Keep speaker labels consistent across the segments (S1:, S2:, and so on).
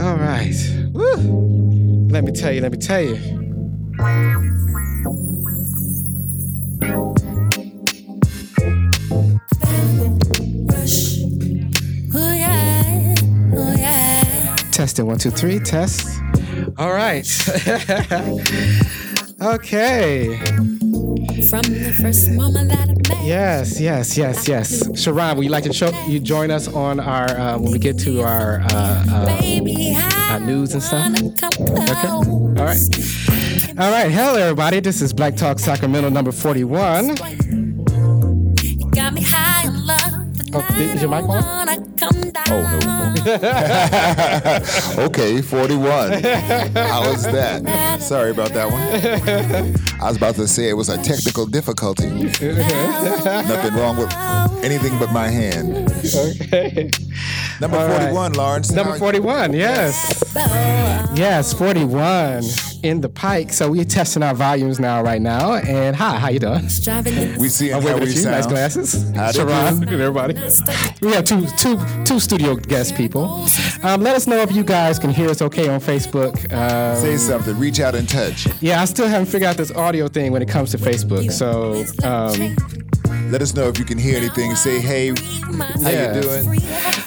S1: All right. Woo. Let me tell you, let me tell you.
S2: Oh yeah, oh yeah.
S1: Testing one, two, three, test. All right. okay.
S2: From the first moment that I met.
S1: Yes, yes, yes, yes. Sharon, would you like to show, you join us on our uh, when we get to our uh, uh,
S2: Baby, I
S1: uh, news and stuff?
S2: wanna come close.
S1: All right. All right. Hello, everybody. This is Black Talk Sacramento number forty-one.
S2: You got me high in love. The
S1: Oh,
S2: night
S1: is your
S2: I
S1: mic on?
S2: wanna come down.
S3: Oh, okay, 41. How was that? Sorry about that one. I was about to say it was a technical difficulty. Nothing wrong with anything but my hand.
S1: Okay.
S3: Number
S1: All right.
S3: 41, Lawrence.
S1: Number
S3: How-
S1: forty-one. Yes. Yes, forty-one in the Pike. So we're testing our volumes now, right now. And hi, how you doing?
S2: Driving in
S3: We see
S1: I'm
S3: how
S1: waving
S3: we
S1: at you.
S3: sound.
S1: Nice glasses.
S3: Howdy,
S1: Sharon
S3: dude.
S1: and everybody. We have two, two, two studio guest people. Um, let us know if you guys can hear us okay on Facebook. Uh,
S3: Say something. Reach out and touch.
S1: yeah, I still haven't figured out this audio thing when it comes to Facebook. So um,
S3: Let us know if you can hear anything. Say, hey, how
S1: Yeah.
S3: you doing?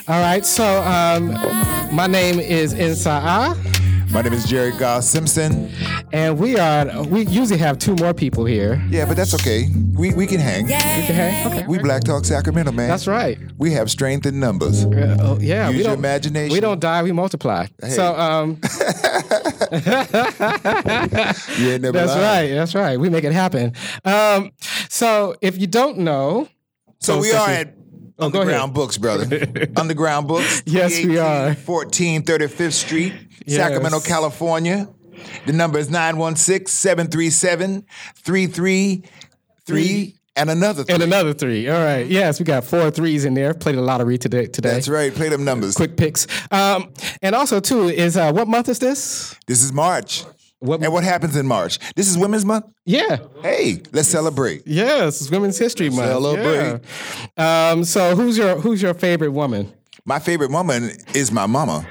S1: All right, so um, my name is Insa'a,
S3: My name is Jerry Goss Simpson.
S1: and we are we usually have two more people here.
S3: Yeah, but that's okay. We, we can hang.
S1: Okay, okay.
S3: We Black Talk Sacramento, man.
S1: that's right.
S3: We have strength in numbers.
S1: Uh, oh, yeah,
S3: Use
S1: we
S3: your
S1: don't
S3: imagination.
S1: we don't die, we multiply. So um,
S3: You ain't never
S1: that's
S3: lied.
S1: right, that's right. We make it happen. Um, so if you don't know,
S3: So we
S1: Thank
S3: are
S1: you.
S3: at
S1: Oh, go ahead.
S3: Underground Books, brother. underground Books.
S1: Yes, we are.
S3: 1435th Street,
S1: Yes.
S3: Sacramento, California. The number is 916 737 333 and another three.
S1: and another three. All right, Mm-hmm. yes, we got four threes in there. Played a lottery today. Today,
S3: That's right. Play them numbers.
S1: quick picks. Um, and also too is uh, what month is this?
S3: This is March.
S1: What-
S3: and what happens in March? This is Women's Month.
S1: Yeah,
S3: Hey, let's celebrate.
S1: Yes, it's Women's History Month.
S3: Celebrate.
S1: Yeah. Um, so who's your who's your favorite woman?
S3: My favorite woman is my mama.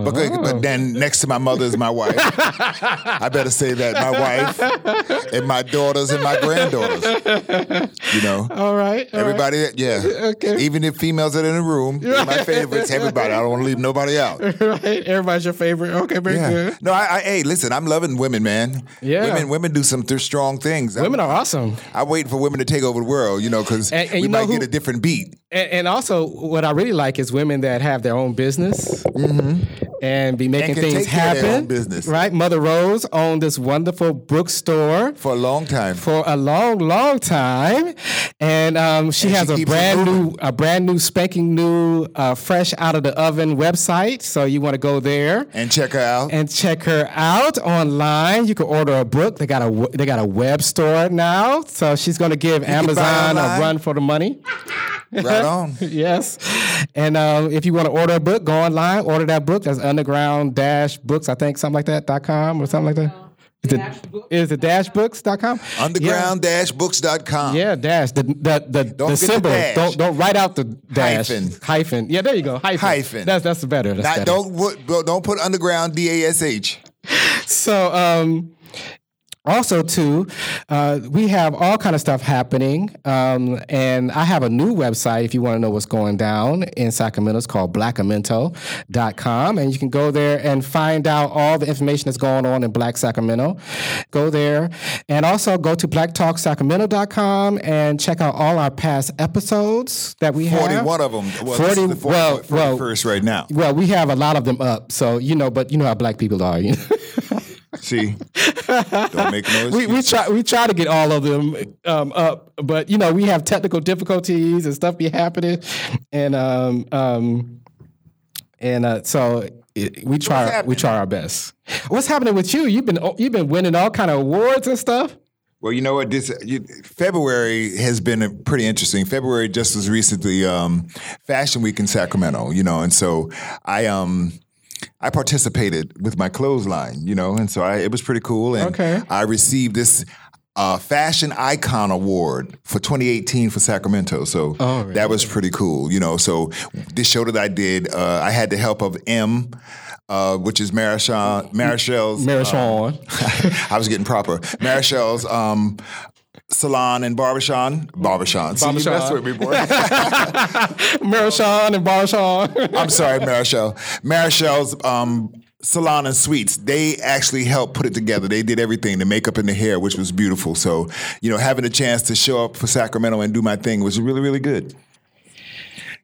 S3: But,
S1: Oh.
S3: but then next to my mother is my wife. I better say that my wife and my daughters and my granddaughters. You know,
S1: All right. all right.
S3: everybody. Yeah.
S1: Okay.
S3: Even if females are in the room, they're my favorites. Everybody. I don't want to leave nobody out.
S1: Right. Everybody's your favorite. Okay, very
S3: Yeah.
S1: good.
S3: No, I, I. Hey, listen. I'm loving women, man.
S1: Yeah.
S3: Women. Women do some th- strong things.
S1: Women are awesome.
S3: I wait for women to take over the world. You know, because
S1: And- and
S3: we
S1: you know
S3: might get
S1: who-
S3: a different beat.
S1: And, and also, what I really like is women that have their own business and be making
S3: Mm-hmm. can
S1: things
S3: take care of
S1: happen.
S3: their own business.
S1: Right? Mother Rose owned this wonderful Brooks store.
S3: For a long time,
S1: for a long, long time, and um, she
S3: And
S1: has
S3: she
S1: a
S3: keeps it
S1: brand new,
S3: moving.
S1: a brand new spanking new, uh, fresh out of the oven website. So you want to go there
S3: and check her out.
S1: and check her out online. You can order a book. They got a w- they got a web store now, so she's going to give
S3: buy
S1: Amazon a
S3: online.
S1: run for the money.
S3: right on.
S1: yes, and um, if you want to order a book, go online, order that book. That's underground dash books, I think, something like that dot com or something like that. Is it, is it dashbooks.com? Yeah.
S3: Underground-books.com.
S1: Yeah, dash the the the, the
S3: forget the
S1: symbol.
S3: dash.
S1: Don't don't write out the dash
S3: Hyphen.
S1: hyphen. Yeah, there you go. Hyphen.
S3: Hyphen.
S1: That's that's better. That's better.
S3: Not, don't put bro, don't put underground D A S H.
S1: So um. Also, too, uh, we have all kind of stuff happening, um, and I have a new website if you want to know what's going down in Sacramento. It's called blackamento.com, and you can go there and find out all the information that's going on in Black Sacramento. Go there, and also go to blacktalksacramento.com and check out all our past episodes that we have.
S3: Forty-one of them. Well,
S1: 40
S3: 40, the 40,
S1: well, well,
S3: 41st right now.
S1: Well, we have a lot of them up, so you know, but you know how black people are. You know?
S3: See, don't make noise.
S1: we, we try we try to get all of them um, up, but you know we have technical difficulties and stuff be happening, and um, um, and uh, so it, we try we
S3: happening?
S1: try our best. What's happening with you? You've been oh, you've been winning all kind of awards and stuff.
S3: Well, you know what? This you, February has been a pretty interesting. February just was recently um, Fashion Week in Sacramento, you know, and so I um I participated with my clothesline, you know, and so I, it was pretty cool. And
S1: Okay.
S3: I received this uh, Fashion Icon Award for 2018 for Sacramento, so that was pretty cool, you know. So this show that I did, uh, I had the help of M. uh, which is Marichal, Marichal's.
S1: Marishawn.
S3: Uh, I was getting proper. Marichal's um, salon and barbershop. Barbershop. See, you
S1: Barbershop.
S3: messed with me, boy.
S1: Marishawn and Barshawn.
S3: I'm sorry, Marichal. Marichal's um, salon and suites. They actually helped put it together. They did everything, the makeup and the hair, which was beautiful. So, you know, having a chance to show up for Sacramento and do my thing was really, really good.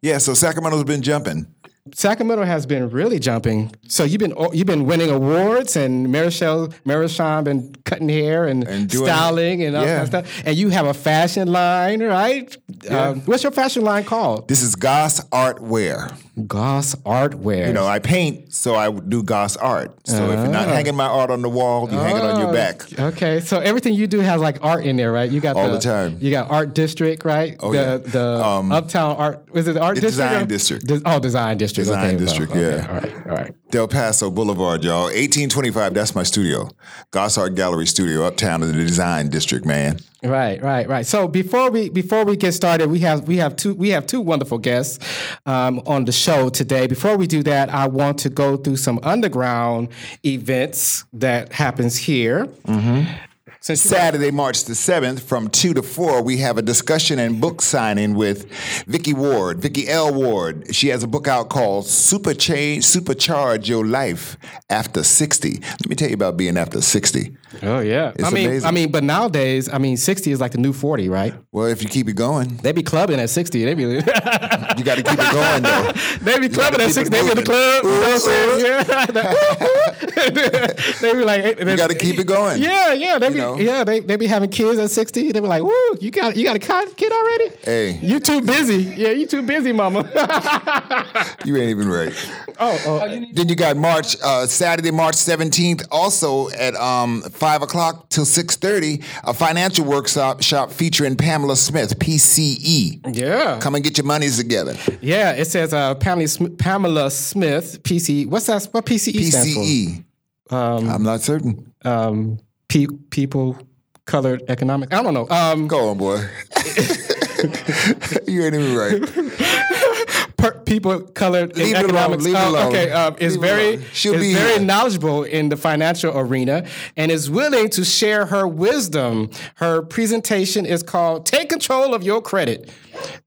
S3: Yeah, so Sacramento's been jumping.
S1: Sacramento has been really jumping. So you've been oh, you've been winning awards, and Marichal Marichal been cutting hair and,
S3: And doing-
S1: styling and all
S3: yeah.
S1: that stuff. And you have a fashion line, right? Um, what's your fashion line called?
S3: This is Goss Art Wear.
S1: Goss Artwear.
S3: You know, I paint, so I do Goss Art. So if you're not hanging my art on the wall, you hang it on your back.
S1: Okay, so everything you do has like art in there, right? You got
S3: All the time.
S1: You got art district, right? Oh the,
S3: yeah.
S1: The Uptown Art was it the art
S3: the
S1: district?
S3: Design
S1: or-
S3: District.
S1: Des- oh, design district.
S3: Design
S1: okay, well,
S3: District,
S1: okay,
S3: yeah.
S1: All right. All right.
S3: Del Paso Boulevard, y'all. 1825, that's my studio. Goss Art Gallery Studio, uptown in the design district, man.
S1: Right, right, right. So before we before we get started, we have we have two we have two wonderful guests um, on the show today. Before we do that, I want to go through some underground events that happens here. Since you-
S3: Saturday, March the 7th, from 2 to 4, we have a discussion and book signing with Vicki Ward, Vicki L. Ward. She has a book out called Super Change, Supercharge Your Life After 60. Let me tell you about being after 60.
S1: oh yeah, I mean,
S3: amazing.
S1: I mean, but nowadays, I mean, sixty is like the new forty, right?
S3: Well, if you keep it going,
S1: They be clubbing at sixty. They be
S3: you got to keep it going, though.
S1: they be clubbing at
S3: keep
S1: sixty. They
S3: it
S1: be in the
S3: moving.
S1: club. you know what I'm saying? Yeah. That- they be like,
S3: You got to keep it going.
S1: Yeah, yeah, they be
S3: know?
S1: yeah they, they be having kids at sixty. They be like, "Woo, you got you got a co- kid already?
S3: Hey.
S1: you too busy. Yeah, you too busy, mama."
S3: You ain't even right.
S1: oh, oh,
S3: Then you got March uh, Saturday, March seventeenth, also at um, five o'clock till six thirty, a financial workshop shop featuring Pamela Smith, PCE.
S1: yeah,
S3: Come and get your monies together.
S1: yeah. It says uh, Pamela Sm- Pamela Smith, PC. What's that? What PCE stands
S3: PCE. E.
S1: um,
S3: I'm not certain.
S1: for? Um, pe- people colored economic. I don't know. Um,
S3: Go on, boy. you ain't even right.
S1: per- people colored
S3: Leave
S1: in
S3: it alone,
S1: economics.
S3: leave it
S1: Oh,
S3: alone.
S1: Okay, um, is
S3: Leave it
S1: very
S3: alone. She'll
S1: is
S3: be
S1: very
S3: here.
S1: knowledgeable in the financial arena and is willing to share her wisdom. Her presentation is called "Take Control of Your Credit: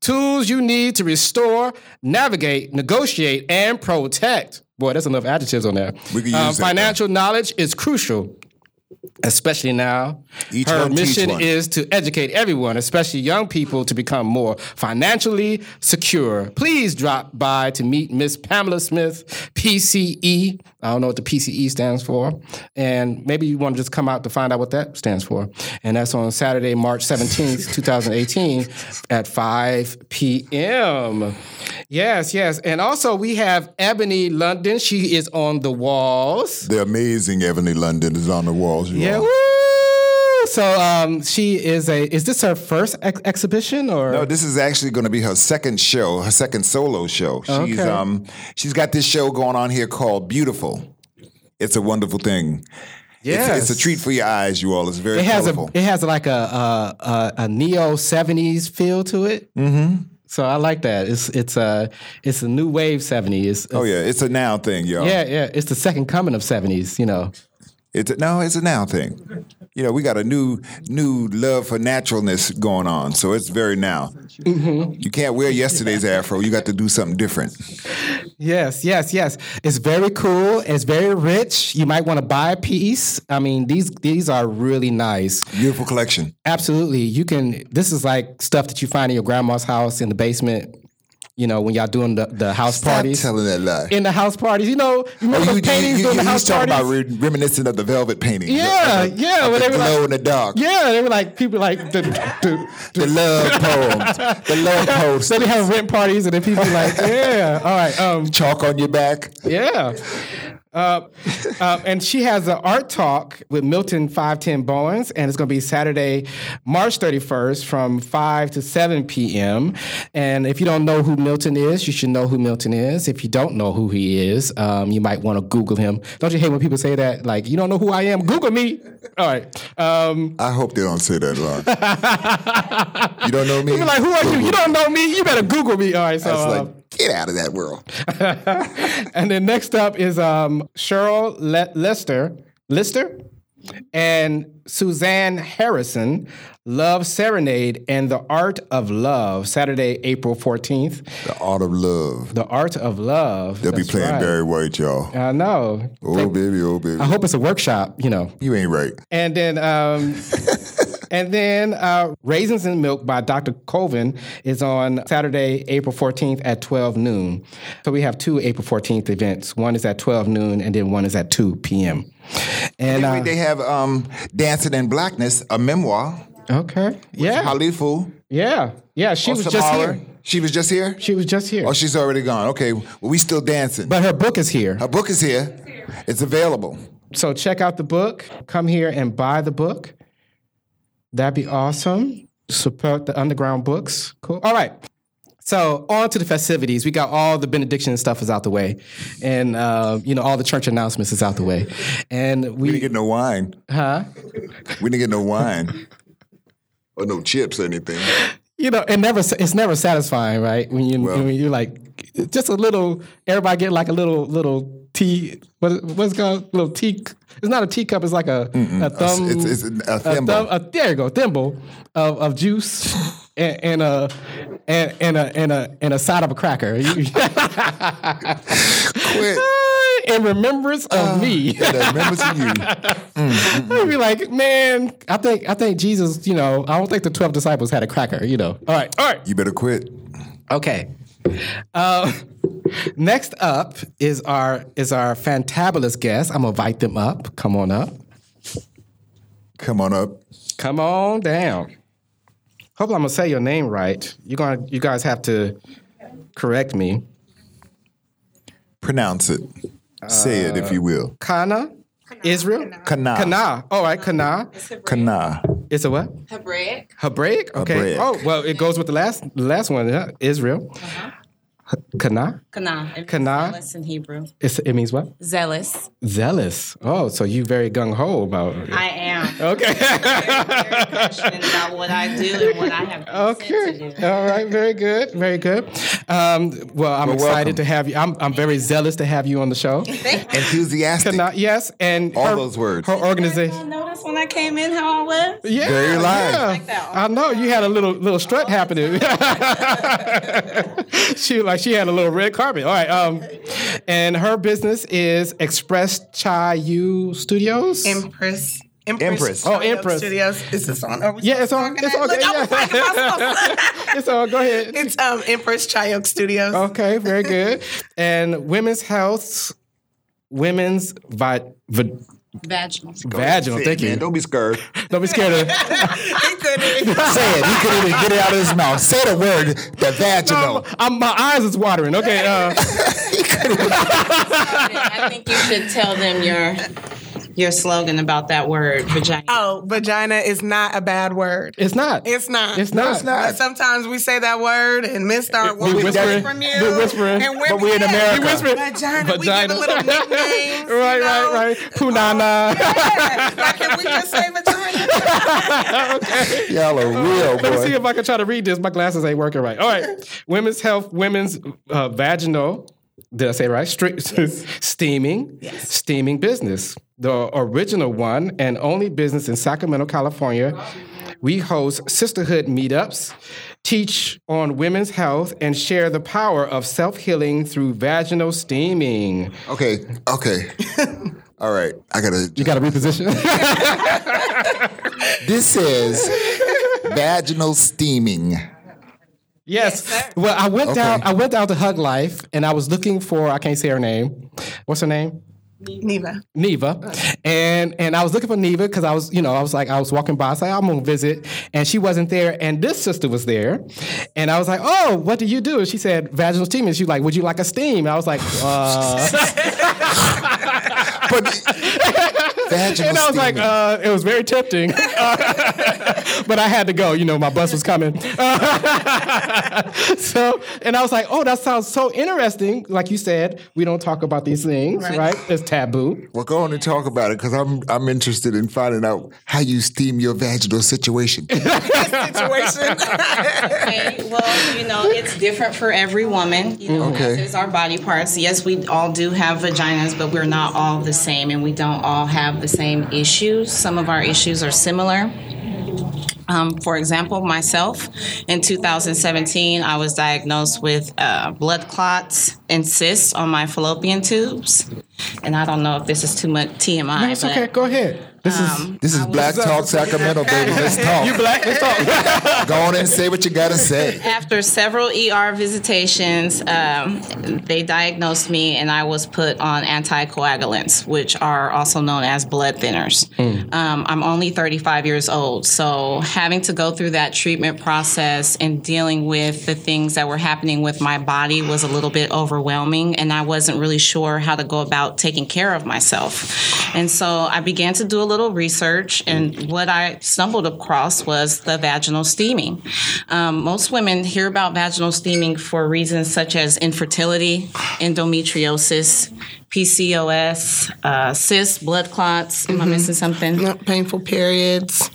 S1: Tools You Need to Restore, Navigate, Negotiate, and Protect." Boy, that's enough adjectives on that.
S3: We can use that, though.
S1: financial knowledge is crucial especially now.
S3: Each
S1: Her
S3: one teach
S1: mission
S3: one.
S1: is to educate everyone, especially young people, to become more financially secure. Please drop by to meet Miss Pamela Smith, PCE. I don't know what the PCE stands for. And maybe you want to just come out to find out what that stands for. And that's on Saturday, March 17th, 2018 at 5 p.m. Yes, yes. And also we have Ebony London. She is on the walls.
S3: The amazing Ebony London is on the walls. You
S1: Yeah.
S3: all.
S1: Woo! So um, she is a. Is this her first ex- exhibition or?
S3: No, this is actually going to be her second show, her second solo show. She's
S1: Okay.
S3: um she's got this show going on here called Beautiful. It's a wonderful thing. It's- It's,
S1: Yes.
S3: a treat for your eyes, you all. It's very
S1: it has
S3: colorful.
S1: a. It has like a a, a, a neo seventies feel to it. Mm-hmm. So I like that. It's it's a it's a new wave seventies.
S3: oh yeah, it's a now thing, y'all.
S1: Yeah, yeah. It's the second coming of seventies. You know.
S3: It's a, no, it's a now thing. You know, we got a new new love for naturalness going on, so it's very now.
S1: Mm-hmm.
S3: You can't wear yesterday's afro. You got to do something different.
S1: Yes, yes, yes. It's very cool. It's very rich. You might want to buy a piece. I mean, these these are really nice.
S3: Beautiful collection.
S1: Absolutely. You can this is like stuff that you find in your grandma's house in the basement, you know, when y'all doing the, the house
S3: Stop
S1: parties.
S3: telling that lie.
S1: in the house parties. You know, you
S3: Oh,
S1: remember
S3: you,
S1: those paintings
S3: you, you,
S1: during
S3: you
S1: the
S3: was
S1: house
S3: talking
S1: parties?
S3: about re- reminiscent of the velvet painting.
S1: yeah,
S3: Of the-
S1: yeah.
S3: of
S1: when
S3: the
S1: they were
S3: glow
S1: like,
S3: in the dark.
S1: Yeah, they were like people like the, the,
S3: The love poems. The love poems.
S1: so they have rent parties and then people be like, Yeah, all right, um,
S3: Chalk on your back.
S1: yeah. Uh, uh, and she has an art talk with Milton 510 Bowens, and it's going to be Saturday, March 31st from 5 to 7 p.m. And if you don't know who Milton is, you should know who Milton is. If you don't know who he is, um, you might want to Google him. Don't you hate when people say that? Like, you don't know who I am? Google me. All right. Um,
S3: I hope they don't say that long. you don't know me.
S1: you're like, who are you? You don't know me? You better Google me. All right. So,
S3: It's
S1: uh,
S3: like Get out of that world.
S1: and then next up is um, Cheryl Le- Lester, Lister, and Suzanne Harrison. Love Serenade and the Art of Love, Saturday, April fourteenth.
S3: The art of love.
S1: The Art of Love.
S3: They'll
S1: That's
S3: be playing
S1: right. Uh-huh.
S3: Barry White, y'all.
S1: I know.
S3: oh baby, oh baby.
S1: I hope it's a workshop, you know.
S3: you ain't right.
S1: And then, um, and then uh, Raisins and Milk by Dr. Colvin is on Saturday, April 14th at 12 noon. So we have two April 14th events. One is at 12 noon, and then one is at 2 p.m. And
S3: Wait,
S1: uh,
S3: they have um, Dancing in Blackness, a memoir.
S1: okay, yeah,
S3: Halifu.
S1: yeah, yeah. She was just here.
S3: She was just here?
S1: She was just here.
S3: Oh, she's already gone. Okay. Well, we still dancing.
S1: But her book is here.
S3: Her book is here. It's available.
S1: So check out the book. Come here and buy the book. That'd be awesome. Support the underground books. Cool. All right. So on to the festivities. We got all the benediction and stuff is out the way, and uh, you know all the church announcements is out the way, and
S3: We didn't
S1: we
S3: get no wine.
S1: huh
S3: We didn't get no wine. or no chips or anything.
S1: you know it never it's never satisfying, right? When you when you like just a little everybody get like a little little tea what what's it called little tea it's not a teacup it's like a a thumb
S3: It's, it's a
S1: a
S3: thimble.
S1: thumb- a- there you go, thimble of, of juice and, and a and, and a and a and a side of a cracker.
S3: Quit.
S1: In remembrance
S3: Ah.
S1: of me,
S3: That remembers you.
S1: I'd be like, man, I think I think Jesus, you know, I don't think the twelve disciples had a cracker, you know. All right, all right,
S3: You better quit.
S1: okay. Uh, next up is our is our fantabulous guest. I'm gonna invite them up. Come on up.
S3: Come on up.
S1: Come on down. Hopefully, I'm gonna say your name right. You gonna, you guys have to correct me.
S3: Pronounce it. Say it, if you will.
S1: Kana, Israel,
S3: Kana.
S1: Kana. All right, Kana.
S3: Kana.
S1: It's a what?
S4: Hebraic.
S1: Hebraic. Okay.
S3: Hebraic.
S1: Oh well, it goes with the last the last one. huh? Israel. Kana.
S4: Kana. It means
S1: Kana.
S4: Zealous in Hebrew.
S1: It's, it means what?
S4: Zealous.
S1: Zealous. Oh, so you very gung ho about it.
S4: I am.
S1: Okay.
S4: Very passionate about what I do and what I have been sent to
S1: Okay.
S4: do.
S1: All right. Very good. Very good. Um, well, I'm excited
S3: welcome.
S1: to have you. I'm, I'm very zealous to have you on the show.
S3: Enthusiastic.
S1: Kana, yes, and
S3: All
S1: her-
S3: those words.
S1: Her
S4: I
S1: organization.
S4: noticed when I came in how I was.
S1: Yeah,
S3: Very live.
S1: yeah.
S4: Like that one.
S1: I know you had a little little strut
S5: Oh,
S1: happening. she like she had a little red carpet. All right, um, and her business is Express Chai U Studios.
S5: Empress. Empress.
S3: Empress.
S1: Oh,
S5: Startup
S1: Empress.
S5: Studios. Is this on? Are we
S1: yeah, it's on.
S5: talking
S1: It's
S5: about-
S1: on.
S5: Look, I was like, am I supposed to-
S1: it's on. Go ahead.
S5: It's um, Empress Chayok Studios.
S1: Okay, very good. and women's health, women's vi- vi-
S4: Vaginal.
S1: vaginal.
S3: Say it,
S1: Thank
S3: man.
S1: you.
S3: Don't be scared.
S1: Don't be scared of.
S5: He couldn't.
S3: Say it. He couldn't even get it out of his mouth. Say the word, the vaginal.
S1: Um, I'm, my eyes is watering. Okay. Uh,
S4: I think you should tell them your your slogan about that word, vagina.
S5: Oh, vagina is not a bad word.
S1: it's not.
S5: It's not.
S1: It's not.
S3: it's not.
S5: But sometimes we say that word and men start walking
S1: whispering.
S5: away from you.
S1: We whispering.
S5: And we're
S3: But we in
S5: yeah,
S3: America.
S1: We whispering.
S5: Vagina. We give
S1: Vagina.
S5: it little nicknames. you
S1: Right, right,
S5: know? Um,
S1: right. Punana.
S5: Yeah. Like, can we just say vagina?
S3: Y'all are real,
S1: Let me see
S3: boy.
S1: if I can try to read this. My glasses ain't working right. All right. Women's health, women's uh, vaginal, did I say it right? Stri- steaming. Yes. Steaming business. The original one and only business in Sacramento, California. We host sisterhood meetups, teach on women's health, and share the power of self healing through vaginal steaming.
S3: Okay, okay. All right, I gotta.
S1: You got to reposition.
S3: This says vaginal steaming.
S1: yes. well, I went down. I went down to Hug Life, and I was looking for. I can't say her name. What's her name?
S5: Neva.
S1: Neva, and and I was looking for Neva because I was, you know, I was like, I was walking by, I was like, I'm gonna visit, and she wasn't there, and this sister was there, and I was like, oh, what do you do? And she said, vaginal steam, and she was like, would you like a steam? And I was like, uh,
S3: But vaginal
S1: and I was like,
S3: steaming.
S1: uh, it was very tempting, but I had to go. You know, my bus was coming. so, and I was like, oh, that sounds so interesting. Like you said, we don't talk about these things, right?
S5: Right.
S1: It's taboo.
S3: Well, go on and talk about it because I'm I'm interested in finding out how you steam your vaginal situation.
S5: situation.
S4: okay, well, you know, it's different for every woman. You know,
S3: Okay.
S4: There's our body parts. Yes, we all do have vaginas, but we're not all the same, and we don't all have the same issues. Some of our issues are similar. Um, for example, myself, in 2017, I was diagnosed with uh, blood clots and cysts on my fallopian tubes. And I don't know if this is too much TMI.
S1: That's
S4: but-
S1: okay. Go ahead. This
S3: This is Black Talk Sacramento, baby. Let's talk.
S1: is you black. Let's talk.
S3: Go on and say what you gotta say.
S4: after several ER visitations, um, they diagnosed me and I was put on anticoagulants, which are also known as blood thinners. Um, I'm only 35 years old, so having to go through that treatment process and dealing with the things that were happening with my body was a little bit overwhelming, and I wasn't really sure how to go about taking care of myself. And so I began to do a little research, and what I stumbled across was the vaginal steaming. Um, most women hear about vaginal steaming for reasons such as infertility, endometriosis, PCOS, uh, cysts, blood clots. Am I missing something?
S5: Painful periods,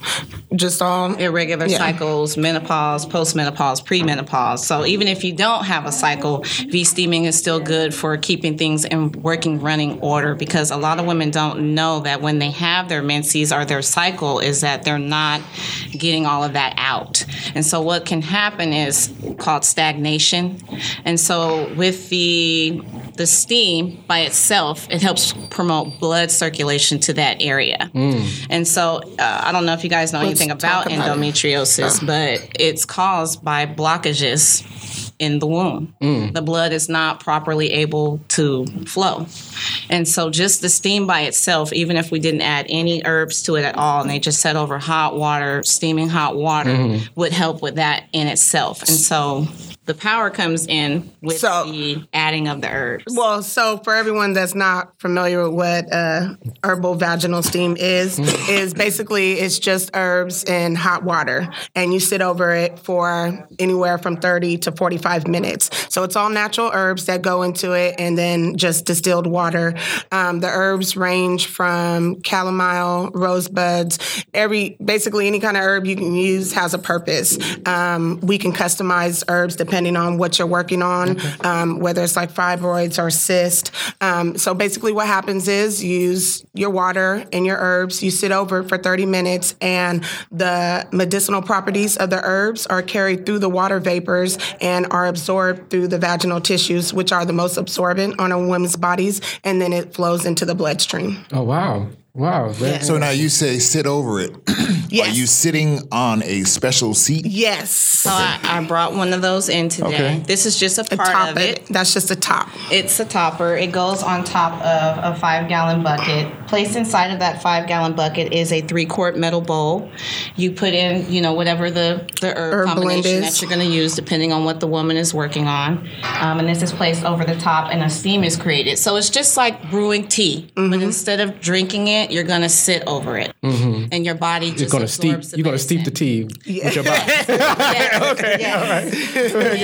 S5: just all.
S4: um, irregular
S5: Yeah.
S4: cycles, menopause, postmenopause, premenopause. So even if you don't have a cycle, V steaming is still good for keeping things in working running order because a lot of women don't know that when they have their menses or their cycle is that they're not getting all of that out. And so what can happen is called stagnation. And so with the the steam by itself, it helps promote blood circulation to that area. And so uh, I don't know if you guys know anything about,
S5: talk about it.
S4: endometriosis, but it's caused by blockages in the womb.
S5: Mm.
S4: The blood is not properly able to flow. And so just the steam by itself, even if we didn't add any herbs to it at all, and they just set over hot water, steaming hot water
S5: Mm-hmm.
S4: would help with that in itself. And so the power comes in with
S5: So-
S4: the adding of the herbs.
S5: Well, so for everyone that's not familiar with what uh, herbal vaginal steam is, is basically it's just herbs in hot water, and you sit over it for anywhere from thirty to forty-five minutes. So it's all natural herbs that go into it, and then just distilled water. Um, the herbs range from chamomile, rosebuds, every basically any kind of herb you can use has a purpose. Um, we can customize herbs depending on what you're working on, um, whether it's like fibroids or cyst. Um, so basically, what happens is you use your water and your herbs. You sit over it for 30 minutes, and the medicinal properties of the herbs are carried through the water vapors and are absorbed through the vaginal tissues, which are the most absorbent on a woman's bodies, and then it flows into the bloodstream.
S1: oh wow, wow. That-
S3: So now you say sit over it. Are
S5: Yes.
S3: you sitting on a special seat?
S5: Yes.
S4: So I, I brought one of those in today.
S3: Okay.
S4: This is just a
S5: The
S4: part
S5: top
S4: of it.
S5: That's just the top.
S4: It's a topper. It goes on top of a five gallon bucket. Placed inside of that five gallon bucket is a three quart metal bowl. You put in, you know, whatever the, the herb,
S5: Herb
S4: combination
S5: blend
S4: that
S5: is.
S4: you're going to use, depending on what the woman is working on. Um, and this is placed over the top, and a steam is created. So it's just like brewing tea, but
S1: Mm-hmm.
S4: instead of drinking it, you're going to sit over it, and your body
S1: Mm-hmm.
S4: just
S1: You're gonna steep.
S4: absorbs the
S1: You're gonna
S4: medicine.
S1: steep the tea with your body.
S4: Yes, yes.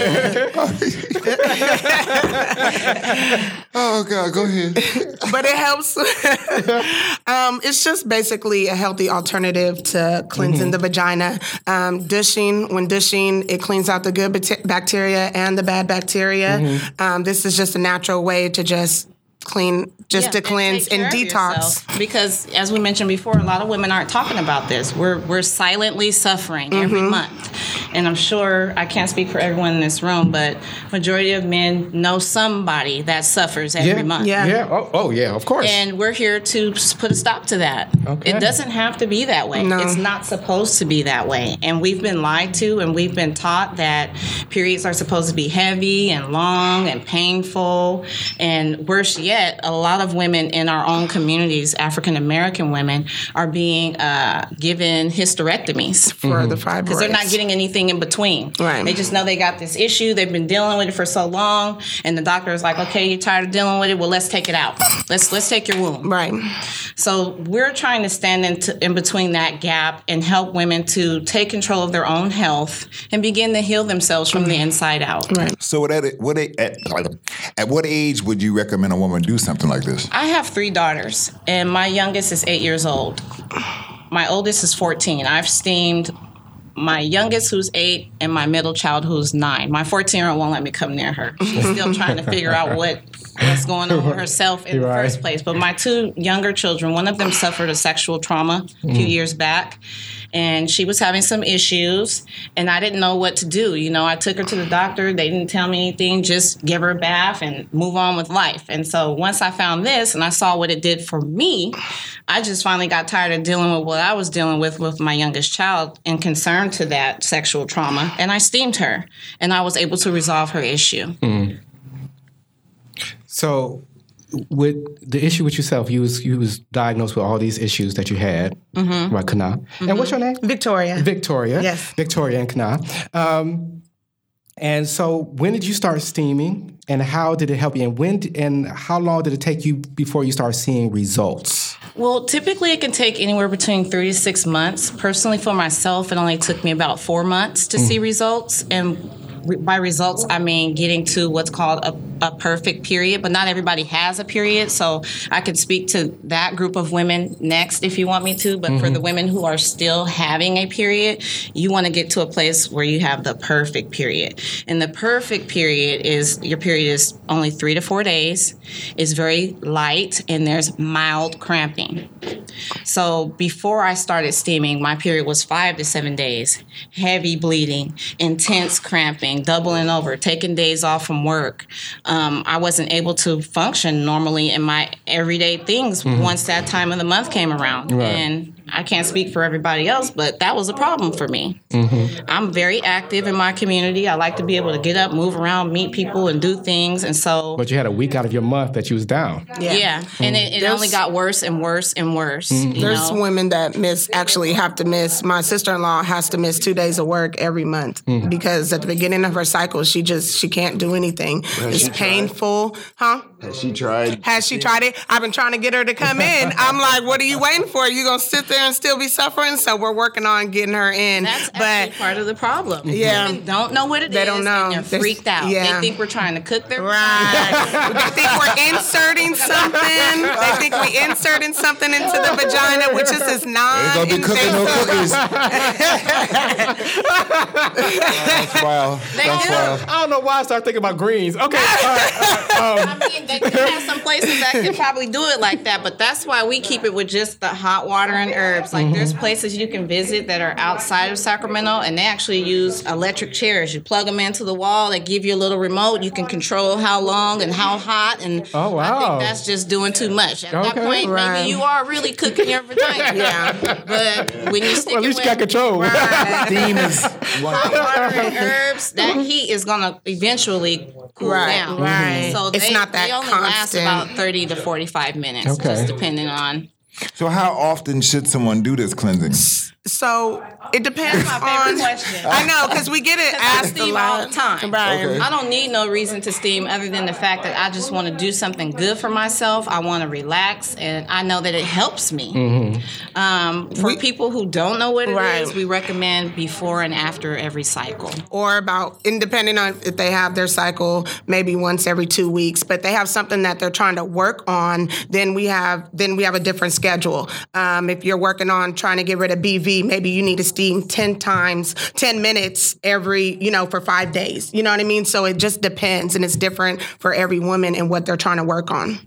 S3: Oh God, go ahead.
S5: but it helps. um, it's just basically a healthy alternative to cleansing the vagina. Um, dishing, when dishing, it cleans out the good bacte- bacteria and the bad bacteria. Um, this is just a natural way to just clean, just
S4: Yeah,
S5: to
S4: and
S5: cleanse
S4: take
S5: and,
S4: care of
S5: detox.
S4: yourself. Because as we mentioned before, a lot of women aren't talking about this. We're we're silently suffering every
S5: Mm-hmm.
S4: month, and I'm sure I can't speak for everyone in this room, but majority of men know somebody that suffers every
S1: Yeah,
S4: month.
S5: Yeah.
S1: yeah. Oh, oh, yeah. Of course.
S4: And we're here to s- put a stop to that.
S1: Okay.
S4: It doesn't have to be that way.
S5: No.
S4: It's not supposed to be that way. And we've been lied to and we've been taught that periods are supposed to be heavy and long and painful. And worse yet, a lot of women in our own communities, African American women, are being uh, given hysterectomies
S5: For the fibroids.
S4: because they're not getting anything in between.
S5: Right.
S4: They just know they got this issue. They've been dealing with it for so long, and the doctor is like, "Okay, you're tired of dealing with it. Well, let's take it out. Let's let's take your wound."
S5: Right.
S4: So we're trying to stand in, t- in between that gap and help women to take control of their own health and begin to heal themselves from the inside out.
S5: Right.
S3: So at a- what a, at, at what age would you recommend a woman do something like this?
S4: I have three daughters, and my youngest is eight years old. My oldest is 14. I've steamed my youngest, who's eight, and my middle child, who's nine. My 14 year old won't let me come near her. She's still trying to figure out what. What's going on with herself in the
S1: Right.
S4: first place? But my two younger children, one of them suffered a sexual trauma a few
S1: Mm.
S4: years back, and she was having some issues, and I didn't know what to do. You know, I took her to the doctor. They didn't tell me anything. Just give her a bath and move on with life. And so once I found this and I saw what it did for me, I just finally got tired of dealing with what I was dealing with with my youngest child and concerned to that sexual trauma. And I steamed her, and I was able to resolve her issue.
S1: So, with the issue with yourself, you was you was diagnosed with all these issues that you had right, Kana? And what's your name?
S5: Victoria.
S1: Victoria.
S5: Mm-hmm. Yes.
S1: Victoria and Kana. Um, and so, when did you start steaming, and how did it help you? And when d- and how long did it take you before you started seeing results?
S4: Well, typically it can take anywhere between three to six months. Personally, for myself, it only took me about four months to see results. And re- by results, I mean getting to what's called a, a perfect period, but not everybody has a period. So I can speak to that group of women next if you want me to. But for the women who are still having a period, you want to get to a place where you have the perfect period. And the perfect period is your period is only three to four days, it's very light, and there's mild cramping. So before I started steaming, my period was five to seven days. Heavy bleeding, intense cramping, doubling over, taking days off from work. Um, I wasn't able to function normally in my everyday things once that time of the month came around. And I can't speak for everybody else, but that was a problem for me. I'm very active in my community. I like to be able to get up, move around, meet people, and do things. And so
S1: But you had a week out of your month that you was down.
S4: yeah, and it, it only
S5: There's-
S4: got worse and worse and worse. You
S5: There's
S4: know?
S5: women that miss actually have to miss. My sister in law has to miss two days of work every month
S4: Hmm.
S5: because at the beginning of her cycle, she just she can't do anything. it's painful, huh?
S3: Has she tried?
S5: Has she tried it? I've been trying to get her to come in. I'm like, what are you waiting for? You gonna sit there and still be suffering? So we're working on getting her in.
S4: That's
S5: but
S4: actually part of the problem.
S5: Yeah.
S4: Women don't know what it is.
S5: They don't know.
S4: And they're
S5: They're-
S4: freaked out.
S5: yeah.
S4: They think we're trying to cook their
S5: Right. they think we're inserting something. They think we inserting something into the vagina, which is is not.
S3: Ain't gonna be cooking no
S5: invasive.
S3: cookies. That's wild. That's wild.
S1: I don't know why I started thinking about greens. Okay. all right. um,
S4: I mean, they could have some places that could probably do it like that, but that's why we keep it with just the hot water and herbs. Like, there's
S5: Mm-hmm.
S4: places you can visit that are outside of Sacramento, and they actually use electric chairs. You plug them into the wall, they give you a little remote. You can control how long and how hot. And
S1: Oh,
S4: I
S1: wow.
S4: think that's just doing too much. At
S1: Okay.
S4: that point,
S5: Right.
S4: maybe you are really cooking your vagina.
S5: Yeah.
S4: But when you stick
S1: Well, at
S4: it
S1: least
S4: with
S1: you got control.
S3: Steam is wonderful.
S4: water and herbs, that heat is gonna eventually cool
S5: Right,
S4: down. Mm-hmm.
S5: right.
S4: So
S5: It's
S4: they,
S5: not that
S4: they only last
S5: constant.
S4: about thirty to forty-five minutes,
S1: Okay.
S4: just depending on.
S3: So how often should someone do this cleansing?
S5: So it depends
S4: my favorite
S5: on.
S4: question.
S5: I know because we get it
S4: I
S5: asked a
S4: steam
S5: lot
S4: all the time.
S5: Right.
S3: Okay.
S4: I don't need no reason to steam other than the fact that I just want to do something good for myself. I want to relax, and I know that it helps me. Um, for people who don't know what it is,
S5: Right.
S4: we recommend before and after every cycle.
S5: Or about, and depending on if they have their cycle, maybe once every two weeks. But they have something that they're trying to work on. Then we have, then we have a different schedule. Um, if you're working on trying to get rid of BV, maybe you need to steam ten times, ten minutes every, you know, for five days. You know what I mean? So it just depends, and it's different for every woman and what they're trying to work on.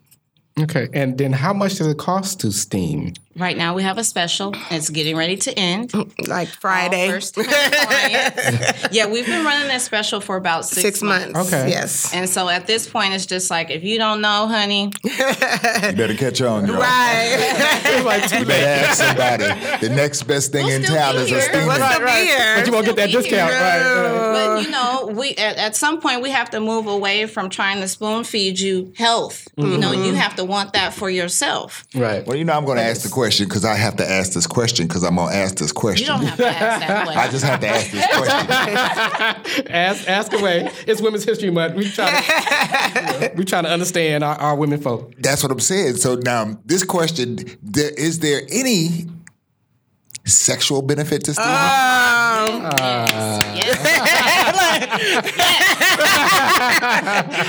S1: okay. And then how much does it cost to steam?
S4: Right now, we have a special. It's getting ready to end.
S5: Like Friday,
S4: All first-time clients. yeah, we've been running that special for about six,
S5: six months.
S1: Okay.
S5: Yes.
S4: And so at this point, it's just like, if you don't know, honey,
S3: You better catch on. Y'all.
S5: Right.
S1: It's like two
S3: You better ask somebody. The next best thing
S4: We'll
S3: in
S4: still
S3: town
S4: be
S3: is a
S4: here.
S3: steam.
S5: What's up here?
S1: But you won't get that discount, right?
S4: but you know, we at, at some point we have to move away from trying to
S5: Mm-hmm.
S4: spoon feed you health. You know, you have to want that for yourself.
S1: Right.
S3: Well, you know, I'm going to ask the question because I have to ask this question because I'm gonna ask this
S4: You
S3: question.
S4: don't have to ask that
S3: I
S4: question.
S3: just have to ask this question.
S1: ask, ask away. It's Women's History Month. We try to, you know, we trying to understand our, our women folk.
S3: That's what I'm saying. So now this question: there, Is there any sexual benefit to stealing?
S4: Yes.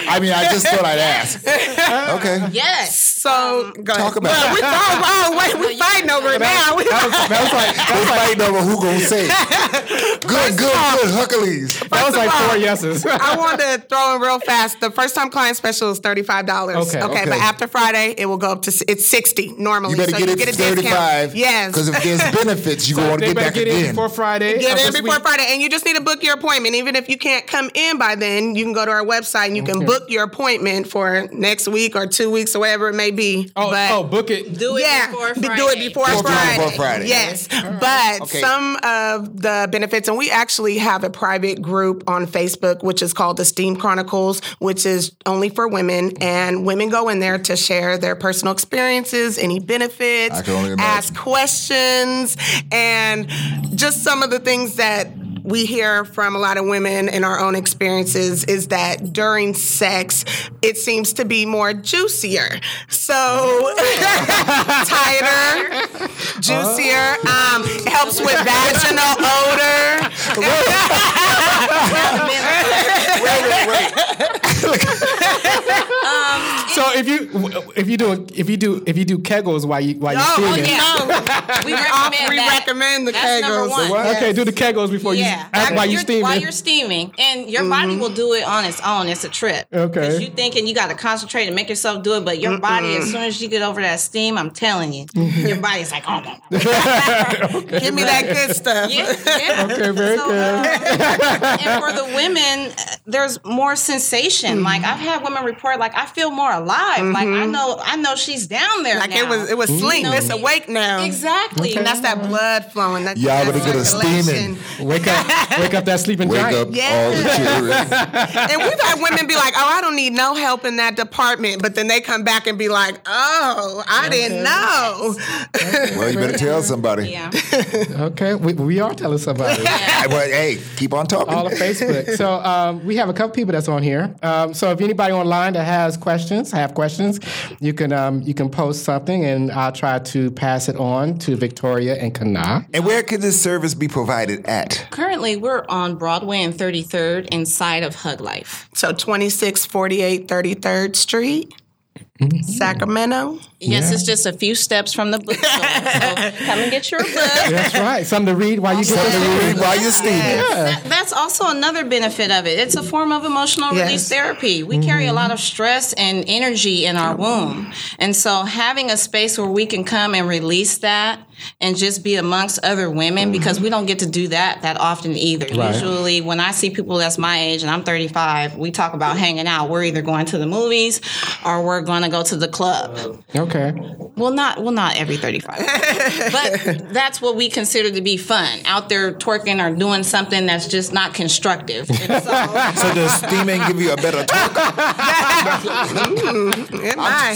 S3: I mean, I just thought I'd ask. Okay.
S4: Yes.
S5: So
S4: um,
S5: go
S3: Talk about
S5: ahead. well,
S3: it.
S5: we wrong, wrong way. We fighting over it now. We,
S1: That was, that was like that
S3: We're
S1: was like,
S3: fighting over who gonna say it. Good, good, good, Huckleys.
S1: that was like four yeses.
S5: I want to throw in real fast. The first time client special is thirty five dollars.
S1: Okay.
S5: okay,
S3: Okay.
S5: but after Friday it will go up to s- it's sixty normally.
S3: You better
S5: so
S3: get
S5: you
S3: it
S5: get a
S3: for 35.
S5: Discount. Yes.
S3: Because if there's benefits, you going to
S1: they
S3: get
S1: better
S3: back
S1: get in
S3: again.
S1: before Friday. Oh,
S5: Get
S1: of
S5: in
S1: this
S5: before
S1: week.
S5: Friday, and you just need to book your appointment. Even if you can't come in by then, you can go to our website and you can book your appointment for next week or two weeks or whatever it may be.
S1: Oh,
S5: But-
S1: oh, book it.
S4: Do it
S5: yeah,
S4: before
S5: b-
S4: Friday. Mm-hmm.
S5: do it before
S3: Before
S5: Friday.
S3: Friday.
S5: Yes, but
S3: Okay.
S5: some of the benefits, and we actually have a private group on Facebook, which is called the Steam Chronicles, which is only for women, and women go in there to share their personal experiences, any benefits,
S3: I can only imagine.
S5: ask questions, and just some of the things that. We hear from a lot of women in our own experiences is that during sex, it seems to be more juicier. So, tighter, juicier. Um, it helps with vaginal odor.
S1: So if you if you do if you do if you do kegels while you while you're
S5: Oh,
S1: steaming,
S5: yeah.
S4: No. We recommend
S5: we
S4: that.
S5: recommend the
S4: That's number
S5: Kegels.
S4: one.
S5: The what?
S1: okay, do the kegels before
S4: Yeah,
S1: Oh, you act while you're steaming. Mm-hmm.
S4: While you're steaming, and your body will do it on its own. It's a trip.
S1: Okay.
S4: Because you thinking you got to concentrate and make yourself do it, but your body, as soon as you get over that steam, I'm telling you, your body's like, oh my. God.
S5: Give me that good stuff.
S4: Yeah, yeah.
S1: okay, very
S4: So,
S1: good.
S4: uh, and for the women, uh, there's more sensation.
S1: Mm.
S4: Like I've had women report, like I feel more alive. Like
S1: Mm-hmm.
S4: I know, I know she's down there.
S5: Like it
S4: now.
S5: was, it
S3: Mm.
S5: was sleep. It's awake now.
S4: exactly.
S5: And that's that blood flowing. That,
S3: Y'all
S5: that
S3: better get a
S5: circulation.
S3: steaming.
S1: Wake up, wake up that sleeping
S3: Wake
S1: giant.
S3: up all the children.
S5: And we've had women be like, "Oh, I don't need no help in that department," but then they come back and be like, "Oh, I didn't know."
S3: Well, you better tell somebody.
S4: Yeah.
S1: Okay, we, we are telling somebody.
S3: I- well, hey, keep on talking.
S1: all of Facebook. So um, we have a couple people that's on here. Um, so if anybody online that has questions, have questions, you can um, you can post something, and I'll try to pass it on to Victoria and Kana.
S3: and where can this service be provided at?
S4: Currently, we're on Broadway and 33rd inside of Hug Life.
S5: So 2648 33rd Street, Sacramento.
S4: Yes, it's just a few steps from the bookstore. so come and get your book.
S1: That's right. Something to read while you get
S3: Something
S1: the
S3: to read while you're steaming.
S4: That- that's also another benefit of it. It's a form of emotional
S5: Yes.
S4: release therapy. We carry a lot of stress and energy in our womb. And so having a space where we can come and release that and just be amongst other women because we don't get to do that that often either. Usually when I see people that's my age and I'm 35, we talk about hanging out. We're either going to the movies or we're going to go to the club.
S1: Okay.
S4: Well, not well, not every thirty-five, but that's what we consider to be fun. Out there twerking or doing something that's just not constructive. And so,
S3: So does steaming give you a better talk?
S5: Am I?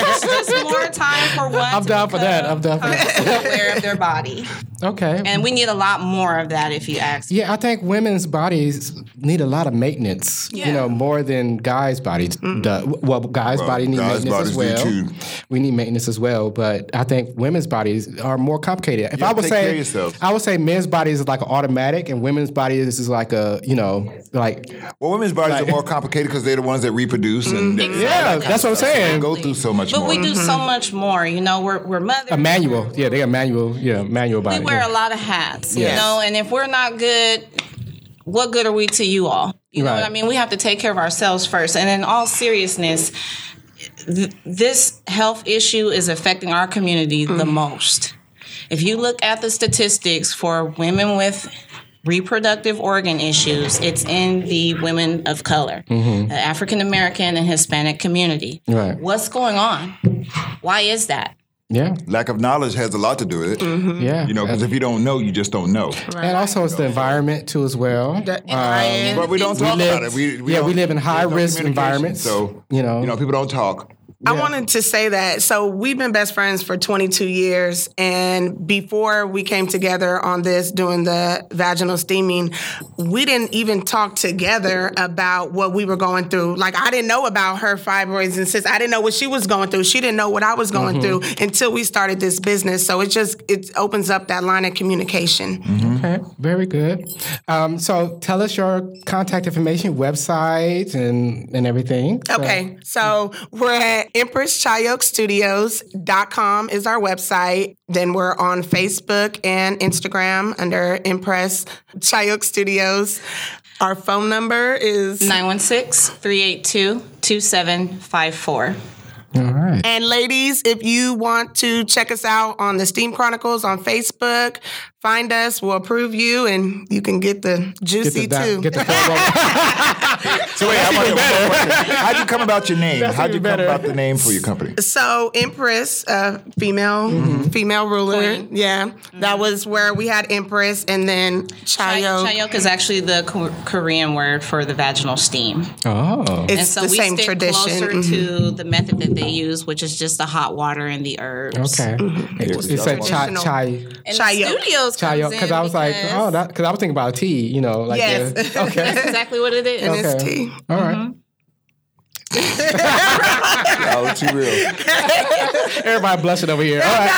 S4: it's just more time for one.
S1: I'm down for that. I'm down for that.
S4: Aware of their body,
S1: Okay.
S4: and we need a lot more of that. If you ask, me.
S1: Yeah, I think women's bodies need a lot of maintenance. You
S4: Yeah. Mm.
S1: know, more than guys' bodies. do. Well, guys'
S3: Well,
S1: body need
S3: guys'
S1: maintenance as
S3: bodies
S1: well.
S3: do too.
S1: We need maintenance as well, but I think women's bodies are more complicated. If
S3: You
S1: I
S3: have to
S1: would
S3: take care of
S1: say,
S3: yourself.
S1: I would say men's bodies is like an automatic, and women's bodies is like a you know like
S3: Well, women's bodies are more complicated because they're the ones that reproduce and
S1: yeah, uh, that's what I'm
S3: they
S1: saying.
S3: go through so much
S4: Mm, but
S3: more.
S4: we do so much more. You know, we're we're mothers.
S1: A manual, yeah, they got manual, yeah, manual body.
S4: We wear
S1: yeah.
S4: a lot of hats, you
S1: Yes.
S4: know, and if we're not good, what good are we to you all? You know
S1: Right.
S4: what I mean? We have to take care of ourselves first. And in all seriousness, th- this health issue is affecting our community
S1: Mm-hmm.
S4: the most. If you look at the statistics for women with reproductive organ issues, it's in the women of color, the African American and Hispanic community.
S1: Mm-hmm. Right.
S4: What's going on? Why is that?
S1: yeah,
S3: Lack of knowledge has a lot to do with it.
S1: yeah,
S3: Mm. You know, because if you don't know, you just don't know.
S1: and also it's the environment too as well.
S5: Ryan.
S3: But we don't talk
S1: live-
S3: about it. We, we
S1: yeah, we
S3: don't-
S1: live in
S3: there's
S1: high risk
S3: communication.
S1: environments,
S3: So
S1: you know.
S3: you know, people don't talk.
S5: I wanted to say that. So we've been best friends for 22 years, and before we came together on this doing the vaginal steaming, we didn't even talk together about what we were going through. Like I didn't know about her fibroids and cysts. I didn't know what she was going through. She didn't know what I was going through until we started this business. So it just it opens up that line of communication.
S1: Okay, very good. Um, so tell us your contact information, website, and and everything. So-
S5: Okay, so we're at empresschayokestudios.com is our website. Then we're on Facebook and Instagram under Empress Chayoke Studios. Our phone number is
S4: 916 382 2754.
S1: all right.
S5: and ladies, if you want to check us out on the Steam Chronicles on Facebook, find us. We'll approve you, and you can get the
S1: Get
S5: juicy
S1: the, di-
S5: too.
S1: get the photo.
S3: So wait, I want to How'd you come about your name? How'd you
S1: even
S3: come
S1: better.
S3: about the name for your company?
S5: So Empress, uh, female, female ruler. Yeah, that was where we had Empress, and then Chayoke.
S4: Chayok is actually the Ko- Korean word for the vaginal steam.
S1: oh,
S5: It's
S4: And so
S5: the
S4: we
S5: same
S4: stick
S5: tradition.
S4: closer
S1: Mm-hmm.
S5: Mhm.
S4: to the method that they use, which is just the hot water and the herbs.
S1: okay. You said chai
S5: Traditional.
S1: chai
S4: And
S5: Chayoke.
S4: the studios
S1: chai
S4: comes in
S1: because I was like,
S4: because
S1: oh, that because I was thinking about tea. You know, like
S5: Yes.
S1: the- okay.
S4: that's exactly what it is.
S5: And it's
S1: Okay.
S5: tea.
S1: All right.
S4: Mm-hmm.
S3: I'll let you Oh, real.
S1: Everybody blushing over here. All right.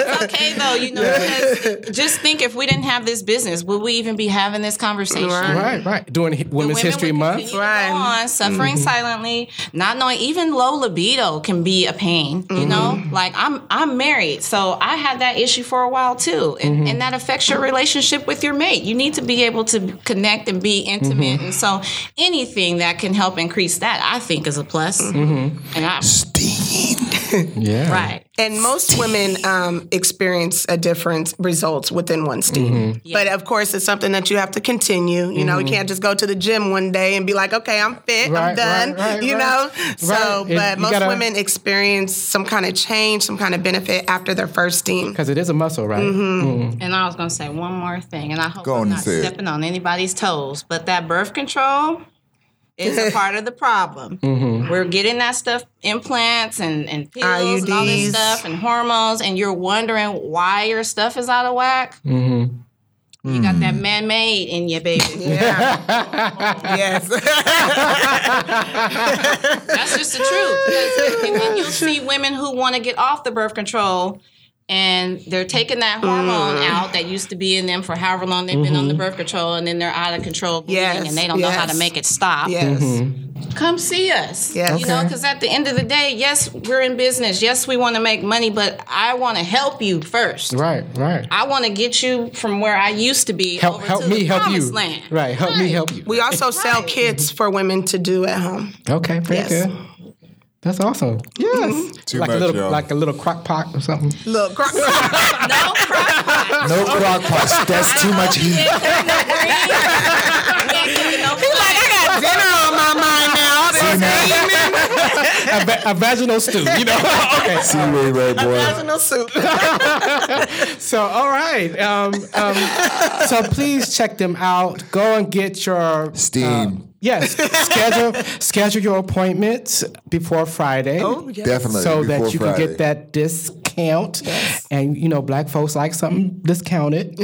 S4: It's okay though, you know. Because just think, if we didn't have this business, would we even be having this conversation?
S1: Right, right. Doing hi- Women's
S4: women
S1: History
S4: would
S1: Month. Mm-hmm.
S4: continue to go
S5: Right.
S4: on suffering silently, not knowing even low libido can be a pain. You know, like I'm I'm married, so I had that issue for a while too, and,
S1: Mm-hmm.
S4: and that affects your relationship with your mate. You need to be able to connect and be
S1: Mm-hmm.
S4: intimate, and so anything that can help increase that, I think, is a plus.
S1: Mm-hmm.
S4: And I
S1: Yeah.
S4: right.
S5: And most women um, experience a different results within one steam.
S1: Mm-hmm.
S5: But of course, it's something that you have to continue. You know, you can't just go to the gym one day and be like, okay, I'm fit,
S1: Right,
S5: I'm done,
S1: right, right,
S5: you
S1: right.
S5: know? So,
S1: Right. It-
S5: but
S1: you
S5: most
S1: gotta-
S5: women experience some kind of change, some kind of benefit after their first steam.
S1: Because it is a muscle, right?
S4: Mm-hmm. And I was gonna say one more thing, and I hope
S3: Go on
S4: I'm
S3: and
S4: not
S3: say it.
S4: stepping on anybody's toes, but that birth control is a part of the problem. We're getting that stuff, implants and, and pills and all
S5: IUDs.
S4: this stuff and hormones, and you're wondering why your stuff is out of whack. You got
S3: Mm.
S4: that man-made in your baby.
S5: Yeah. yes.
S1: Mm-hmm.
S4: That's just the truth. 'Cause- And then you'll see women who want to get off the birth control. And they're taking that hormone
S1: Mm.
S4: out that used to be in them for however long they've been
S1: Mm-hmm.
S4: on the birth control, and then they're out of control bleeding,
S5: Yes,
S4: and they don't know how
S5: yes.
S4: to make it stop.
S5: Yes.
S4: Come see us.
S5: Yes.
S4: You know,
S1: Okay.
S4: because at the end of the day, yes, we're in business. Yes, we want to make money, but I want to help you first.
S1: Right, right.
S4: I want to get you from where I used to be
S1: help
S4: over
S1: help
S4: to
S1: me
S4: the
S1: help you.
S4: promised land.
S1: Right, help me help you.
S5: We also sell kits for women to do at home.
S1: Okay, very
S5: Yes.
S1: good. That's awesome. Yes. Mm-hmm.
S3: Too
S1: like
S3: much,
S1: a little
S3: y'all.
S1: like a little crock pot or something.
S5: Look,
S4: No problem.
S3: No crock pots. That's too much heat.
S5: got dinner on my mind now. All this
S1: a, va- a vaginal stew, you know. okay.
S3: See you later, boy.
S1: Uh,
S5: vaginal soup.
S1: So all right. Um, um, so please check them out. Go and get your
S3: Steam.
S1: Yes, schedule schedule your appointments before Friday.
S5: Oh, yes.
S3: Definitely.
S1: so
S3: before
S1: that you
S3: Friday.
S1: can get that discount. And you know, black folks like something discounted.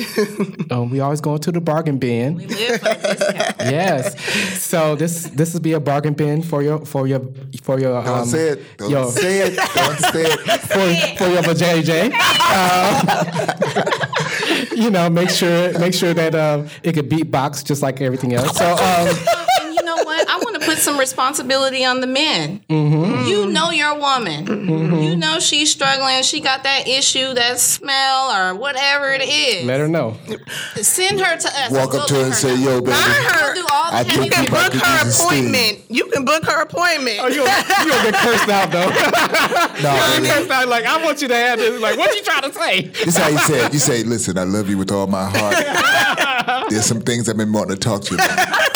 S1: um, we always go into the bargain bin. yes. So this this will be a bargain bin for your for your for your
S3: Don't
S1: um,
S3: say it. Don't
S1: your-
S3: say it. Don't say it.
S1: for, for your vajayjay. Um, you know, make sure make sure that um, it could beatbox just like everything else. So um,
S4: And you know what? I want to put some responsibility on the men.
S1: Mm-hmm.
S4: You know your woman. You know she's struggling. She got that issue, that smell, or whatever it is.
S1: let her know.
S4: Send her to us.
S3: Walk up to her and say, yo, baby.
S4: We'll do all the
S3: I
S4: heavy
S3: think
S4: lifting.
S3: you
S5: book her
S3: Jesus, Steve.
S5: appointment. You can book her appointment.
S1: Oh, you you gonna get cursed out though.
S3: Nah, baby.
S1: cursed out like I want you to have this. Like what you trying to say?
S3: This is how you say it. You say, listen, I love you with all my heart. There's some things I've been wanting to talk to you about.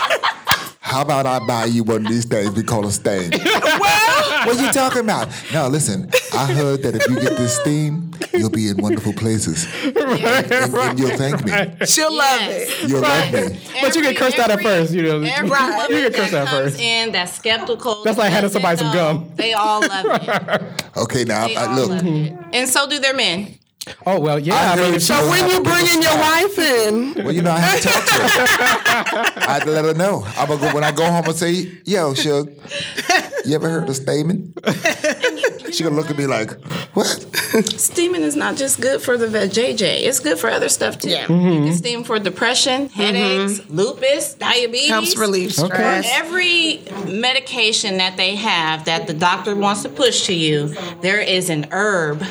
S3: How about I buy you one of these things we call a stain?
S5: well,
S3: What you talking about? No, listen, I heard that if you get this steam, You'll be in wonderful places. and, and you'll thank me.
S5: She'll love
S4: Yes.
S5: it.
S3: You'll
S1: Right.
S3: love me.
S1: but you get cursed out at
S4: Every-
S1: first, you know.
S4: Every
S1: You
S4: woman
S1: get cursed
S4: that
S1: out
S4: comes
S1: first.
S4: in that's skeptical.
S1: That's like handing somebody some
S4: doesn't know,
S1: gum.
S4: They all love it.
S3: Okay, now
S4: They
S3: I,
S4: all
S3: I, look.
S4: love it. And so do their men.
S1: Oh well, yeah.
S3: I
S1: I, mean,
S3: know
S1: if
S3: you-
S1: you-
S5: So when you bring in your wife in,
S3: Well, you know, I have to talk to her. I have to let her know. I'm gonna go, when I go home and say, "Yo, Shug, you ever heard of Stamen?" She gonna look at me like, "What?"
S4: Steaming is not just good for the ve- JJ. It's good for other stuff too. You
S1: Mm-hmm.
S4: can steam for depression, headaches, lupus, diabetes.
S5: Mm-hmm. helps relieve
S1: Okay.
S5: stress.
S4: Every medication that they have that the doctor wants to push to you, there is an herb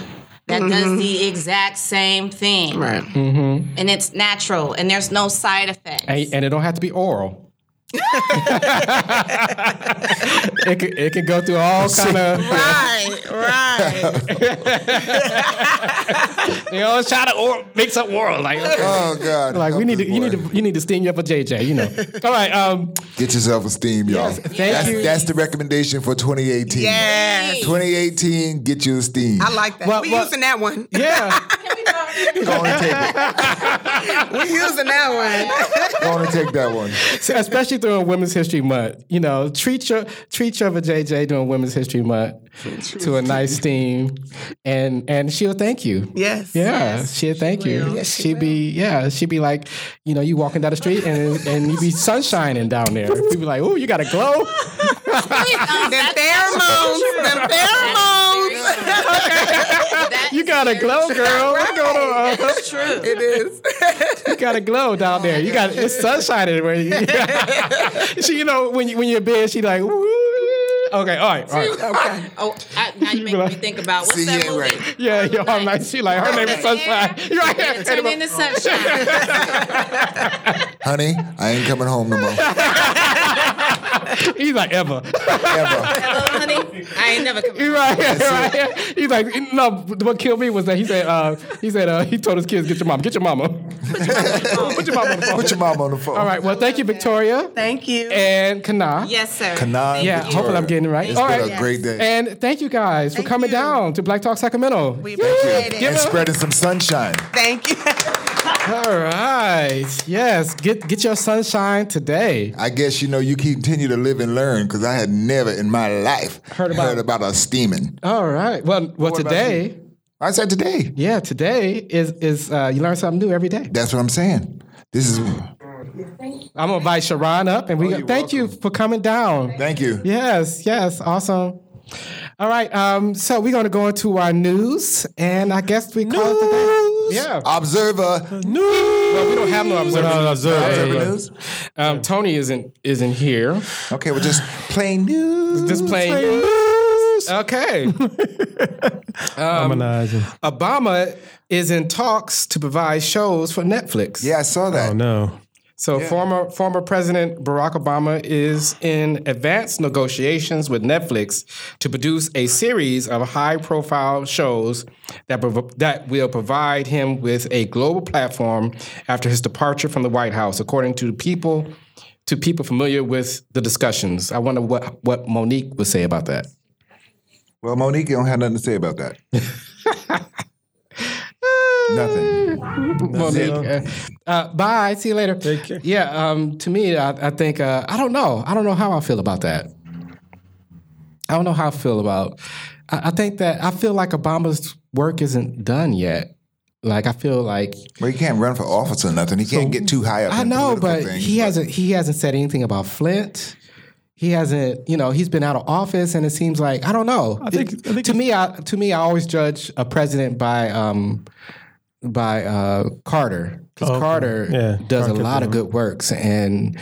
S4: that does the exact same thing.
S5: Mm-hmm. Right.
S4: And it's natural and there's no side effects.
S1: and, and it don't have to be oral. it could, it could go through all kind of.
S5: Right, right.
S1: You know, try to or, make some oral like. okay.
S3: Oh God!
S1: Like we
S3: help
S1: need to,
S3: this
S1: you need
S3: boy.
S1: to, you need to steam you up a JJ. You know. All right. Um.
S3: get yourself esteem, y'all.
S1: Yes, thank
S3: that's,
S1: you.
S3: that's the recommendation for 2018.
S5: Yes.
S3: 2018, get you esteem.
S5: I like that.
S1: Well,
S5: we
S1: well-
S5: using that one.
S1: Yeah.
S3: Go on and take it.
S5: we using that one.
S3: Go on and take that one.
S1: So especially during Women's History Month. You know, treat your treat your JJ during Women's History Month to a nice steam, and and she'll thank you.
S5: Yes.
S1: Yeah, she'll thank you. she would be yeah, she'd be like, you know, you walking down the street and and you be sunshining down there. People be like, oh, you got a glow.
S5: Them pheromones. Them pheromones.
S1: You got a glow, girl. What's going on?
S4: That's true.
S5: It is.
S1: You got a glow down there. You got it's sunshine everywhere. You- she, you know, when you when you're bed, she like, Woo. okay, all right, all right.
S5: Okay.
S4: Oh, I, now you make me think about what's
S3: See,
S4: that
S3: yeah,
S4: movie?
S3: right.
S1: Yeah, yo, I'm like, she like her name is Sunshine. You're right
S4: It turned
S1: here.
S4: into sunshine.
S3: Honey, I ain't coming home no more.
S1: He's like Eva.
S3: Ever.
S4: Hello, honey. I ain't never come.
S1: He's right here, right here. He's like, no. What killed me was that he said, uh, he said uh, he told his kids, get your mama, get your mama, put your mama. on the phone."
S3: Put your mom on the phone.
S1: All right. Well, thank you, Victoria
S5: Thank you.
S1: and Kana.
S4: Yes, sir.
S3: Kanan
S1: Yeah,
S3: Victoria.
S1: hopefully I'm getting it right.
S3: It's
S1: All
S3: been
S1: right.
S3: a great day.
S1: And thank you guys for coming
S5: you.
S1: down to Black Talk Sacramento.
S5: we appreciate it.
S1: Give her-
S3: and spreading some sunshine.
S5: Thank you.
S1: All right. Yes. Get get your sunshine today.
S3: I guess you know you continue to live and learn because I had never in my life
S1: Heard about-
S3: a steaming.
S1: All right. Well, well,
S3: What about
S1: today.
S3: you? I said today.
S1: Yeah, today is is uh, you learn something new every day.
S3: That's what I'm saying. This is
S1: I'm gonna invite Sharon up, and we
S3: Oh, you're
S1: thank you for coming down.
S3: thank you.
S1: Yes, yes, awesome. All right, um, so we're gonna go into our news, and I guess we call it today. Yeah.
S3: Observer.
S1: Well, we don't have no observer.
S3: Observer
S1: Hey.
S3: news.
S1: Um, Tony isn't isn't here.
S3: Okay, well just plain news.
S1: Just playing. Okay.
S6: harmonizing.
S1: Obama is in talks to provide shows for Netflix.
S3: Yeah, I saw that.
S6: Oh no.
S1: So former former President Barack Obama is in advanced negotiations with Netflix to produce a series of high-profile shows that prov- that will provide him with a global platform after his departure from the White House, according to people to people familiar with the discussions. I wonder what what Monique would say about that.
S3: Well, Monique don't have nothing to say about that. nothing.
S1: Monique. Uh, uh, bye. See you later. Yeah. Um, to me, I, I think uh, I don't know. I don't know how I feel about that. I don't know how I feel about. I, I think that I feel like Obama's work isn't done yet. Like I feel like
S3: Well, he can't run for office or nothing. He can't get too high up.
S1: I
S3: in
S1: know,
S3: political
S1: but
S3: things,
S1: he hasn't. He hasn't said anything about Flint. He hasn't. You know, he's been out of office, and it seems like I don't know. I
S6: think- I think
S1: to me, I to me, I always judge a president by um by uh Carter because Carter
S6: Oh, Yeah,
S1: does
S6: Carter
S1: a lot of good works, and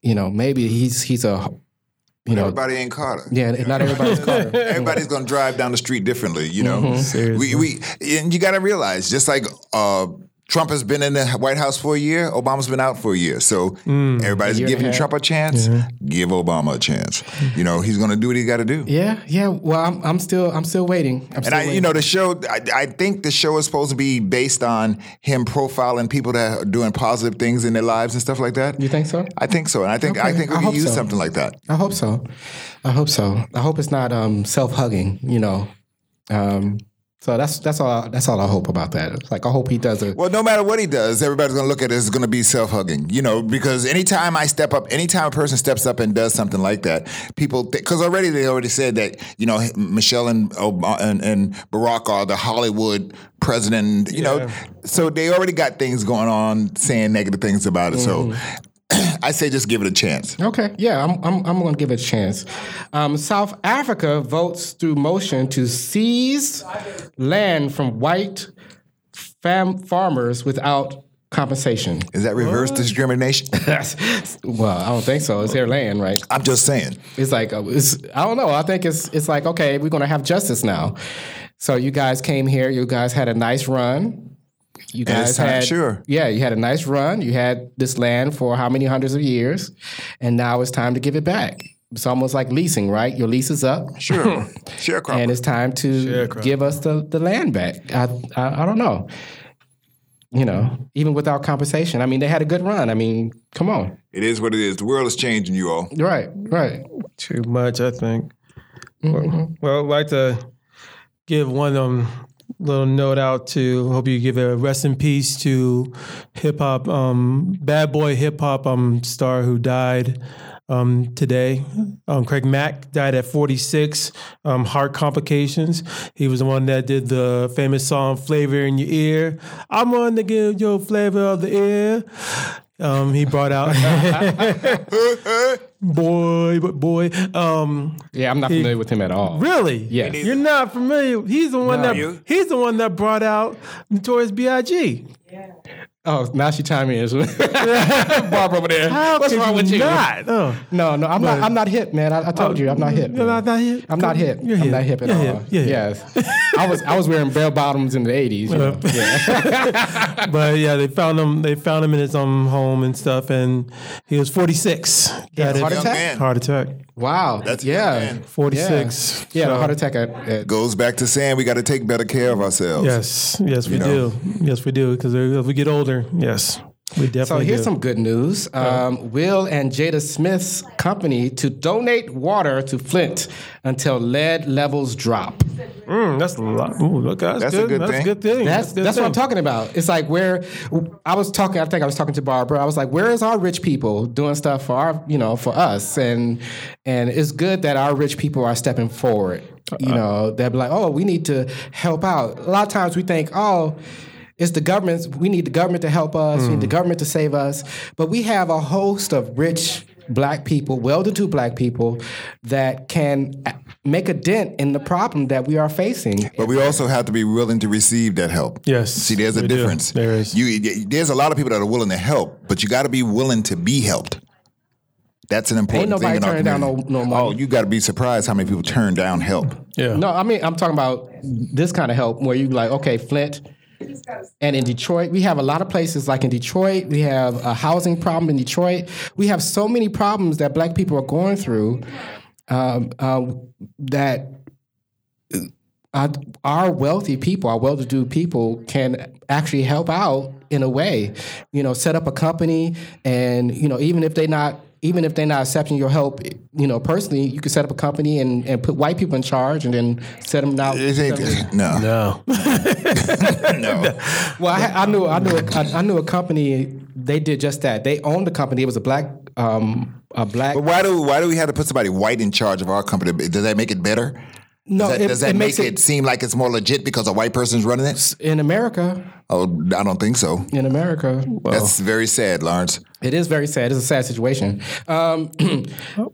S1: you know, maybe he's he's a you know.
S3: Everybody ain't Carter.
S1: Yeah, not everybody's Carter.
S3: Everybody's gonna drive down the street differently, you know.
S1: Mm-hmm.
S3: We we and you gotta realize, just like uh, Trump has been in the White House for a year, Obama's been out for a year. So everybody's
S1: and Mm. a
S3: giving
S1: half.
S3: Trump a chance, give Obama a chance. You know, he's gonna do what he gotta do.
S1: Yeah, yeah. Well, I'm, I'm still I'm still waiting. I'm
S3: And
S1: still
S3: I, you
S1: waiting.
S3: know, the show. I, I think the show is supposed to be based on him profiling people that are doing positive things in their lives and stuff like that.
S1: you think so?
S3: I think so, and I think I
S1: Okay,
S3: think we
S1: I
S3: can
S1: hope
S3: use
S1: so.
S3: something like that.
S1: I hope so. I hope so. I hope it's not um, self hugging. You know, um, So that's that's all. I, that's all I hope about that. It's like I hope he does it.
S3: Well, no matter what he does, everybody's gonna look at it as gonna be self hugging, you know, because anytime I step up, anytime a person steps up and does something like that, people, because already they already said that, you know, Michelle and, Obama, and and Barack are the Hollywood president, you know, so they already got things going on saying negative things about it. So I say just give it a chance.
S1: Okay, yeah, I'm I'm, I'm gonna give it a chance. Um, South Africa votes through motion to seize land from white fam- farmers without compensation.
S3: Is that reverse discrimination?
S1: well, I don't think so. It's their land, right?
S3: I'm just saying.
S1: It's like uh, it's, I don't know. I think it's it's like okay, we're gonna have justice now. So you guys came here. You guys had a nice run. You
S3: And
S1: guys
S3: it's time-
S1: had
S3: sure.
S1: yeah, you had a nice run. You had this land for how many hundreds of years, and now it's time to give it back. It's almost like leasing, right? Your lease is up,
S3: Sure. Sharecropper.
S1: and it's time to give us the, the land back. I, I I don't know. You know, even without compensation. I mean, they had a good run. I mean, come on.
S3: It is what it is. The world is changing, you all.
S1: Right, right.
S6: too much, I think.
S1: Mm-hmm.
S6: Well, I'd like to give one um, little note out to hope you give a rest in peace to hip hop um, bad boy hip hop um, star who died um, today. Um, Craig Mack died at 46, um, heart complications. He was the one that did the famous song "Flavor in Your Ear." I'm one to give your flavor of the ear. Um, he brought out boy, boy. Um,
S1: Yeah, I'm not familiar with him at all.
S6: Really?
S1: Yes.
S6: You're not familiar. He's the one
S1: No.
S6: that he's the one that brought out Notorious B.I.G.
S1: Oh, now she chiming in. Barbara over there.
S6: How
S1: What's
S6: could
S1: wrong with you?
S6: Not. Oh.
S1: No, no, I'm not. I'm not hip, man. I, I told you, I'm not hip. man.
S6: You're not- not hip?
S1: I'm not hip.
S6: You're
S1: I'm
S6: hip.
S1: not hip at
S6: You're
S1: all.
S6: hip. You're hip.
S1: Yes, I was. I was wearing bell bottoms in the '80s. you know.
S6: But yeah, they found him. They found him in his own home and stuff, and he was 46. Got
S1: a heart
S6: it.
S1: attack?
S6: Heart attack.
S1: Wow.
S3: That's a young
S1: yeah.
S3: man.
S6: 46.
S1: Yeah,
S6: So,
S1: a heart attack. At, at,
S3: Goes back to saying we got to take better care of ourselves.
S6: Yes, yes, we
S3: know.
S6: do. Yes, we do. Because if we get older, yes, we definitely.
S1: so here's
S6: do. Uh-huh.
S1: some good news. Um, Will and Jada Smith's company to donate water to Flint until lead levels drop.
S6: Mm, that's a lot. Ooh, look, that's,
S3: That's a
S6: good.
S3: good
S6: that's
S3: thing.
S6: a good thing.
S1: That's
S6: a good
S1: that's what I'm
S6: thing.
S1: talking about. It's like where I was talking. I think I was talking to Barbara. I was like, "Where is our rich people doing stuff for our, you know, for us?" And and it's good that our rich people are stepping forward.
S3: Uh-uh.
S1: You know, they're like, "Oh, we need to help out." A lot of times we think, "Oh." It's the government's. We need the government to help us. We need the
S3: Mm.
S1: government to save us. But we have a host of rich black people, well-to-do black people, that can uh, make a dent in the problem that we are facing.
S3: But we also have to be willing to receive that help.
S6: Yes,
S3: See, there's a
S6: we do.
S3: difference.
S6: There is.
S3: You, there's a lot of people that are willing to help, but you got to be willing to be helped. That's an important
S1: Ain't
S3: thing in our
S1: nobody turning down
S3: community.
S1: no- no money.
S3: Oh, you got to be surprised how many people turn down help.
S6: Yeah.
S1: No, I mean I'm talking about this kind of help where you like, okay, Flint, and in Detroit, we have a lot of places like in Detroit, we have a housing problem in Detroit. We have so many problems that Black people are going through um, um, that uh, our wealthy people, our well-to-do people, can actually help out in a way. You know, set up a company, and you know, even if they not even if they're not accepting your help, you know, personally, you can set up a company and, and put white people in charge, and then set them out.
S3: It ain't, no,
S6: No.
S3: no.
S1: Well, I, I knew I knew a, I, I knew a company. They did just that. They owned the company. It was a black um, a black.
S3: But why do why do we have to put somebody white in charge of our company? Does that make it better?
S1: No,
S3: does that,
S1: it-
S3: does that
S1: it
S3: make
S1: makes
S3: it,
S1: it-
S3: seem like it's more legit because a white person's running it?
S1: in America,
S3: Oh, I don't think so.
S1: in America,
S3: That's very sad, Lawrence.
S1: it is very sad. It's a sad situation. Um,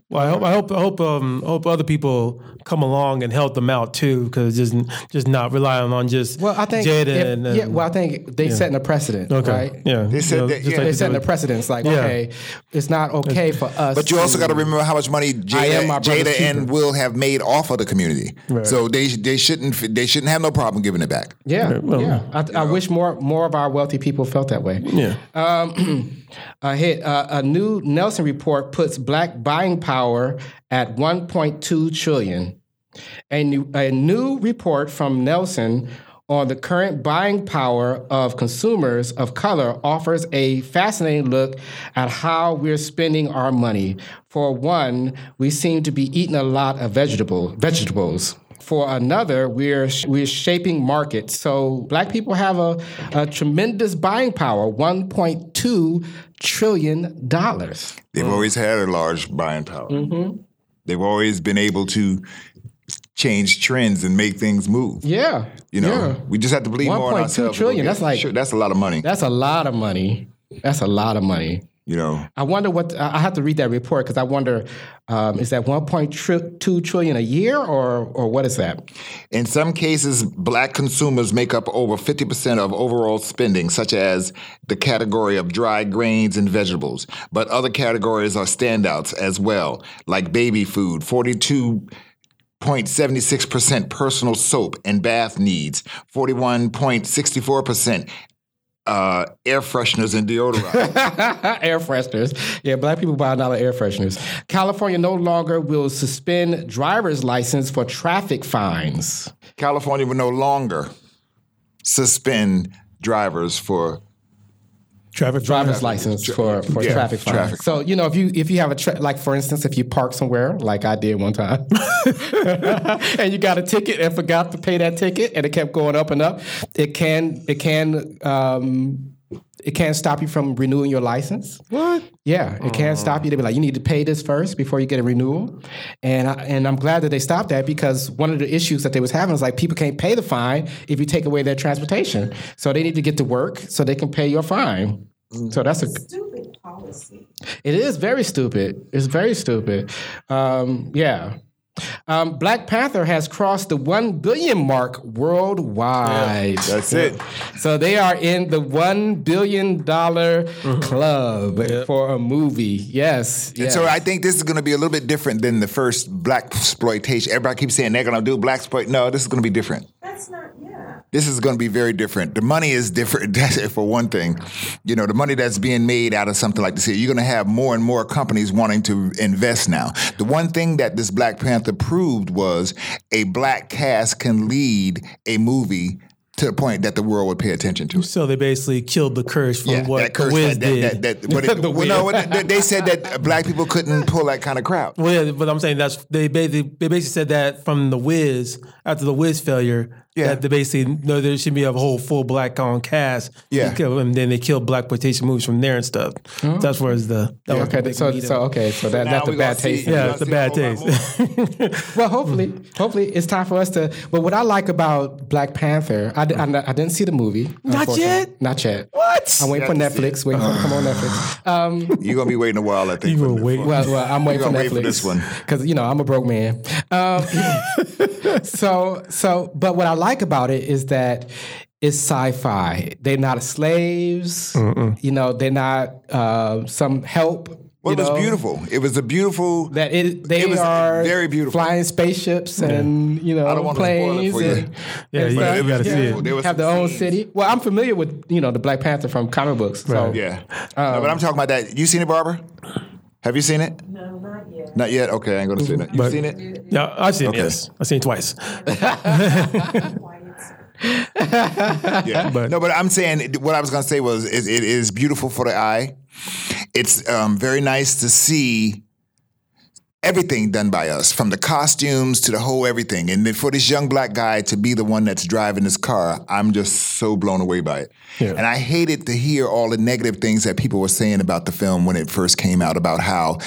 S6: Well, I hope I hope I hope um hope other people come along and help them out too, because just just not relying on just
S1: well, I think
S6: Jada
S1: if-
S6: and, and
S1: yeah. Well, I think they setting a precedent,
S6: okay,
S1: right?
S6: yeah, they
S3: said that- yeah.
S1: They're setting a precedence. Like, okay, it's not okay for us.
S3: But you also got to remember how much money Jada,
S1: am my brother's
S3: Jada and
S1: keeper.
S3: Will have made off of the community. So they they shouldn't they shouldn't have no problem giving it back.
S1: yeah, yeah. I, I wish more more of our wealthy people felt that way. Um,
S6: yeah.
S1: a hit. Uh, a new Nelson report puts black buying power at 1.2 trillion. A new, a new report from Nelson on the current buying power of consumers of color offers a fascinating look at how we're spending our money. For one, we seem to be eating a lot of vegetable vegetables. for another, we're we're shaping markets. So black people have a, a tremendous buying power, one point two trillion dollars.
S3: They've always had a large buying power.
S1: Mm-hmm.
S3: They've always been able to change trends and make things move.
S1: Yeah,
S3: You know,
S1: yeah.
S3: we just have to believe more in
S1: 1.2
S3: ourselves.
S1: trillion,
S3: Okay,
S1: that's like-
S3: sure, that's a lot of money.
S1: that's a lot of money. That's a lot of money.
S3: You know,
S1: I wonder what I I have to read that report because I wonder um, is that one point two trillion a year or or what is that?
S3: in some cases, black consumers make up over fifty percent of overall spending, such as the category of dry grains and vegetables. But other categories are standouts as well, like baby food, forty-two 0.76% personal soap and bath needs, 41.64% uh, air fresheners and deodorant.
S1: air fresheners. Yeah, black people buy a lot of air fresheners. California no longer will suspend driver's license for traffic fines.
S3: California will no longer suspend drivers for
S6: Traffic
S1: Driver's license for, for
S3: yeah,
S1: traffic fines.
S3: traffic.
S1: So you know if you if you have a tra- like for instance if you park somewhere like I did one time and you got a ticket and forgot to pay that ticket and it kept going up and up, it can it can um, it can stop you from renewing your license.
S6: What?
S1: Yeah, it can stop you to be like, you need to pay this first before you get a renewal, and I, and I'm glad that they stopped that because one of the issues that they was having is like people can't pay the fine if you take away their transportation, so they need to get to work so they can pay your fine. So that's a
S4: Stupid policy.
S1: it is very stupid. It's very stupid. Um, yeah. Um, Black Panther has crossed the one billion mark worldwide.
S3: That's it.
S1: So they are in the one billion
S3: Mm-hmm.
S1: club for a movie. Yes.
S3: And
S1: yes.
S3: so I think this is going to be a little bit different than the first black exploitation. Everybody keeps saying they're going to do black exploit. No, this is going to be different.
S4: That's not, yeah.
S3: This is going to be very different. The money is different that's it for one thing. You know, the money that's being made out of something like this, here, you're going to have more and more companies wanting to invest now. The one thing that this Black Panther proved was a black cast can lead a movie to the point that the world would pay attention to it.
S6: So they basically killed the curse from what
S3: that curse,
S6: the Wiz
S3: that,
S6: did.
S3: that, that, that, what it-
S1: The
S3: well, no,
S1: Wiz.
S3: what- they- they said that black people couldn't pull that kind of crowd.
S6: Well, yeah, but I'm saying that's they basically, they basically said that from the Wiz after the Wiz failure.
S3: Yeah.
S6: that they basically no, there should be a whole full black on cast.
S3: Yeah.
S6: They kill- and then they killed black plantation movies from there and stuff. That's where it's the that was the
S1: Oh. Okay,
S6: big
S1: so,
S6: meat of
S1: so
S6: it.
S1: okay, so that,
S3: Now
S1: that's a
S3: we gonna
S1: bad
S3: see-
S1: taste.
S3: we
S6: Yeah,
S3: gonna
S6: it's a
S3: see
S6: bad
S3: a whole lot
S6: taste.
S3: more.
S1: Well, hopefully, hopefully it's time for us to. But what I like about Black Panther, I, di- I, I didn't see the movie. unfortunately.
S6: yet?
S1: Not yet.
S6: what?
S1: I'm waiting for
S3: have to see
S1: Netflix. Waiting for it to come on Netflix. Um,
S3: You're gonna be waiting a while, I think.
S6: You gonna
S3: for-
S6: wait?
S3: for-
S1: well, well, I'm waiting for
S3: You're
S1: Netflix
S3: gonna wait for this one.
S1: because you know I'm a broke man. Um, so, so, but what I like about it is that it's sci-fi. They're not slaves. You know, they're not uh, some help.
S3: Well,
S1: you
S3: it was
S1: know.
S3: beautiful. It was a beautiful.
S1: That it, they
S3: It was
S1: are
S3: very beautiful.
S1: flying spaceships and you know
S3: I don't want to spoil it
S1: planes.
S3: for you.
S1: and-
S6: Yeah,
S1: and
S6: you-
S1: stuff.
S6: you gotta see it.
S3: There was
S1: Have
S3: some
S1: their own
S3: scenes.
S1: city. Well, I'm familiar with you know the Black Panther from comic books. So
S6: Right.
S3: yeah, No,
S6: Um,
S3: but I'm talking about that. You seen it, Barbara? Have you seen it? No, not yet. Not yet. Okay, I ain't gonna see it. You have
S6: But-
S3: seen it?
S6: Yeah, I've seen
S3: Okay.
S6: it. Yes, I've seen it twice.
S3: Yeah.
S6: But-
S3: no, but I'm saying what I was gonna say was it, it is beautiful for the eye. It's um, very nice to see everything done by us, from the costumes to the whole everything. And then for this young black guy to be the one that's driving this car, I'm just so blown away by it. And I hated to hear all the negative things that people were saying about the film when it first came out about how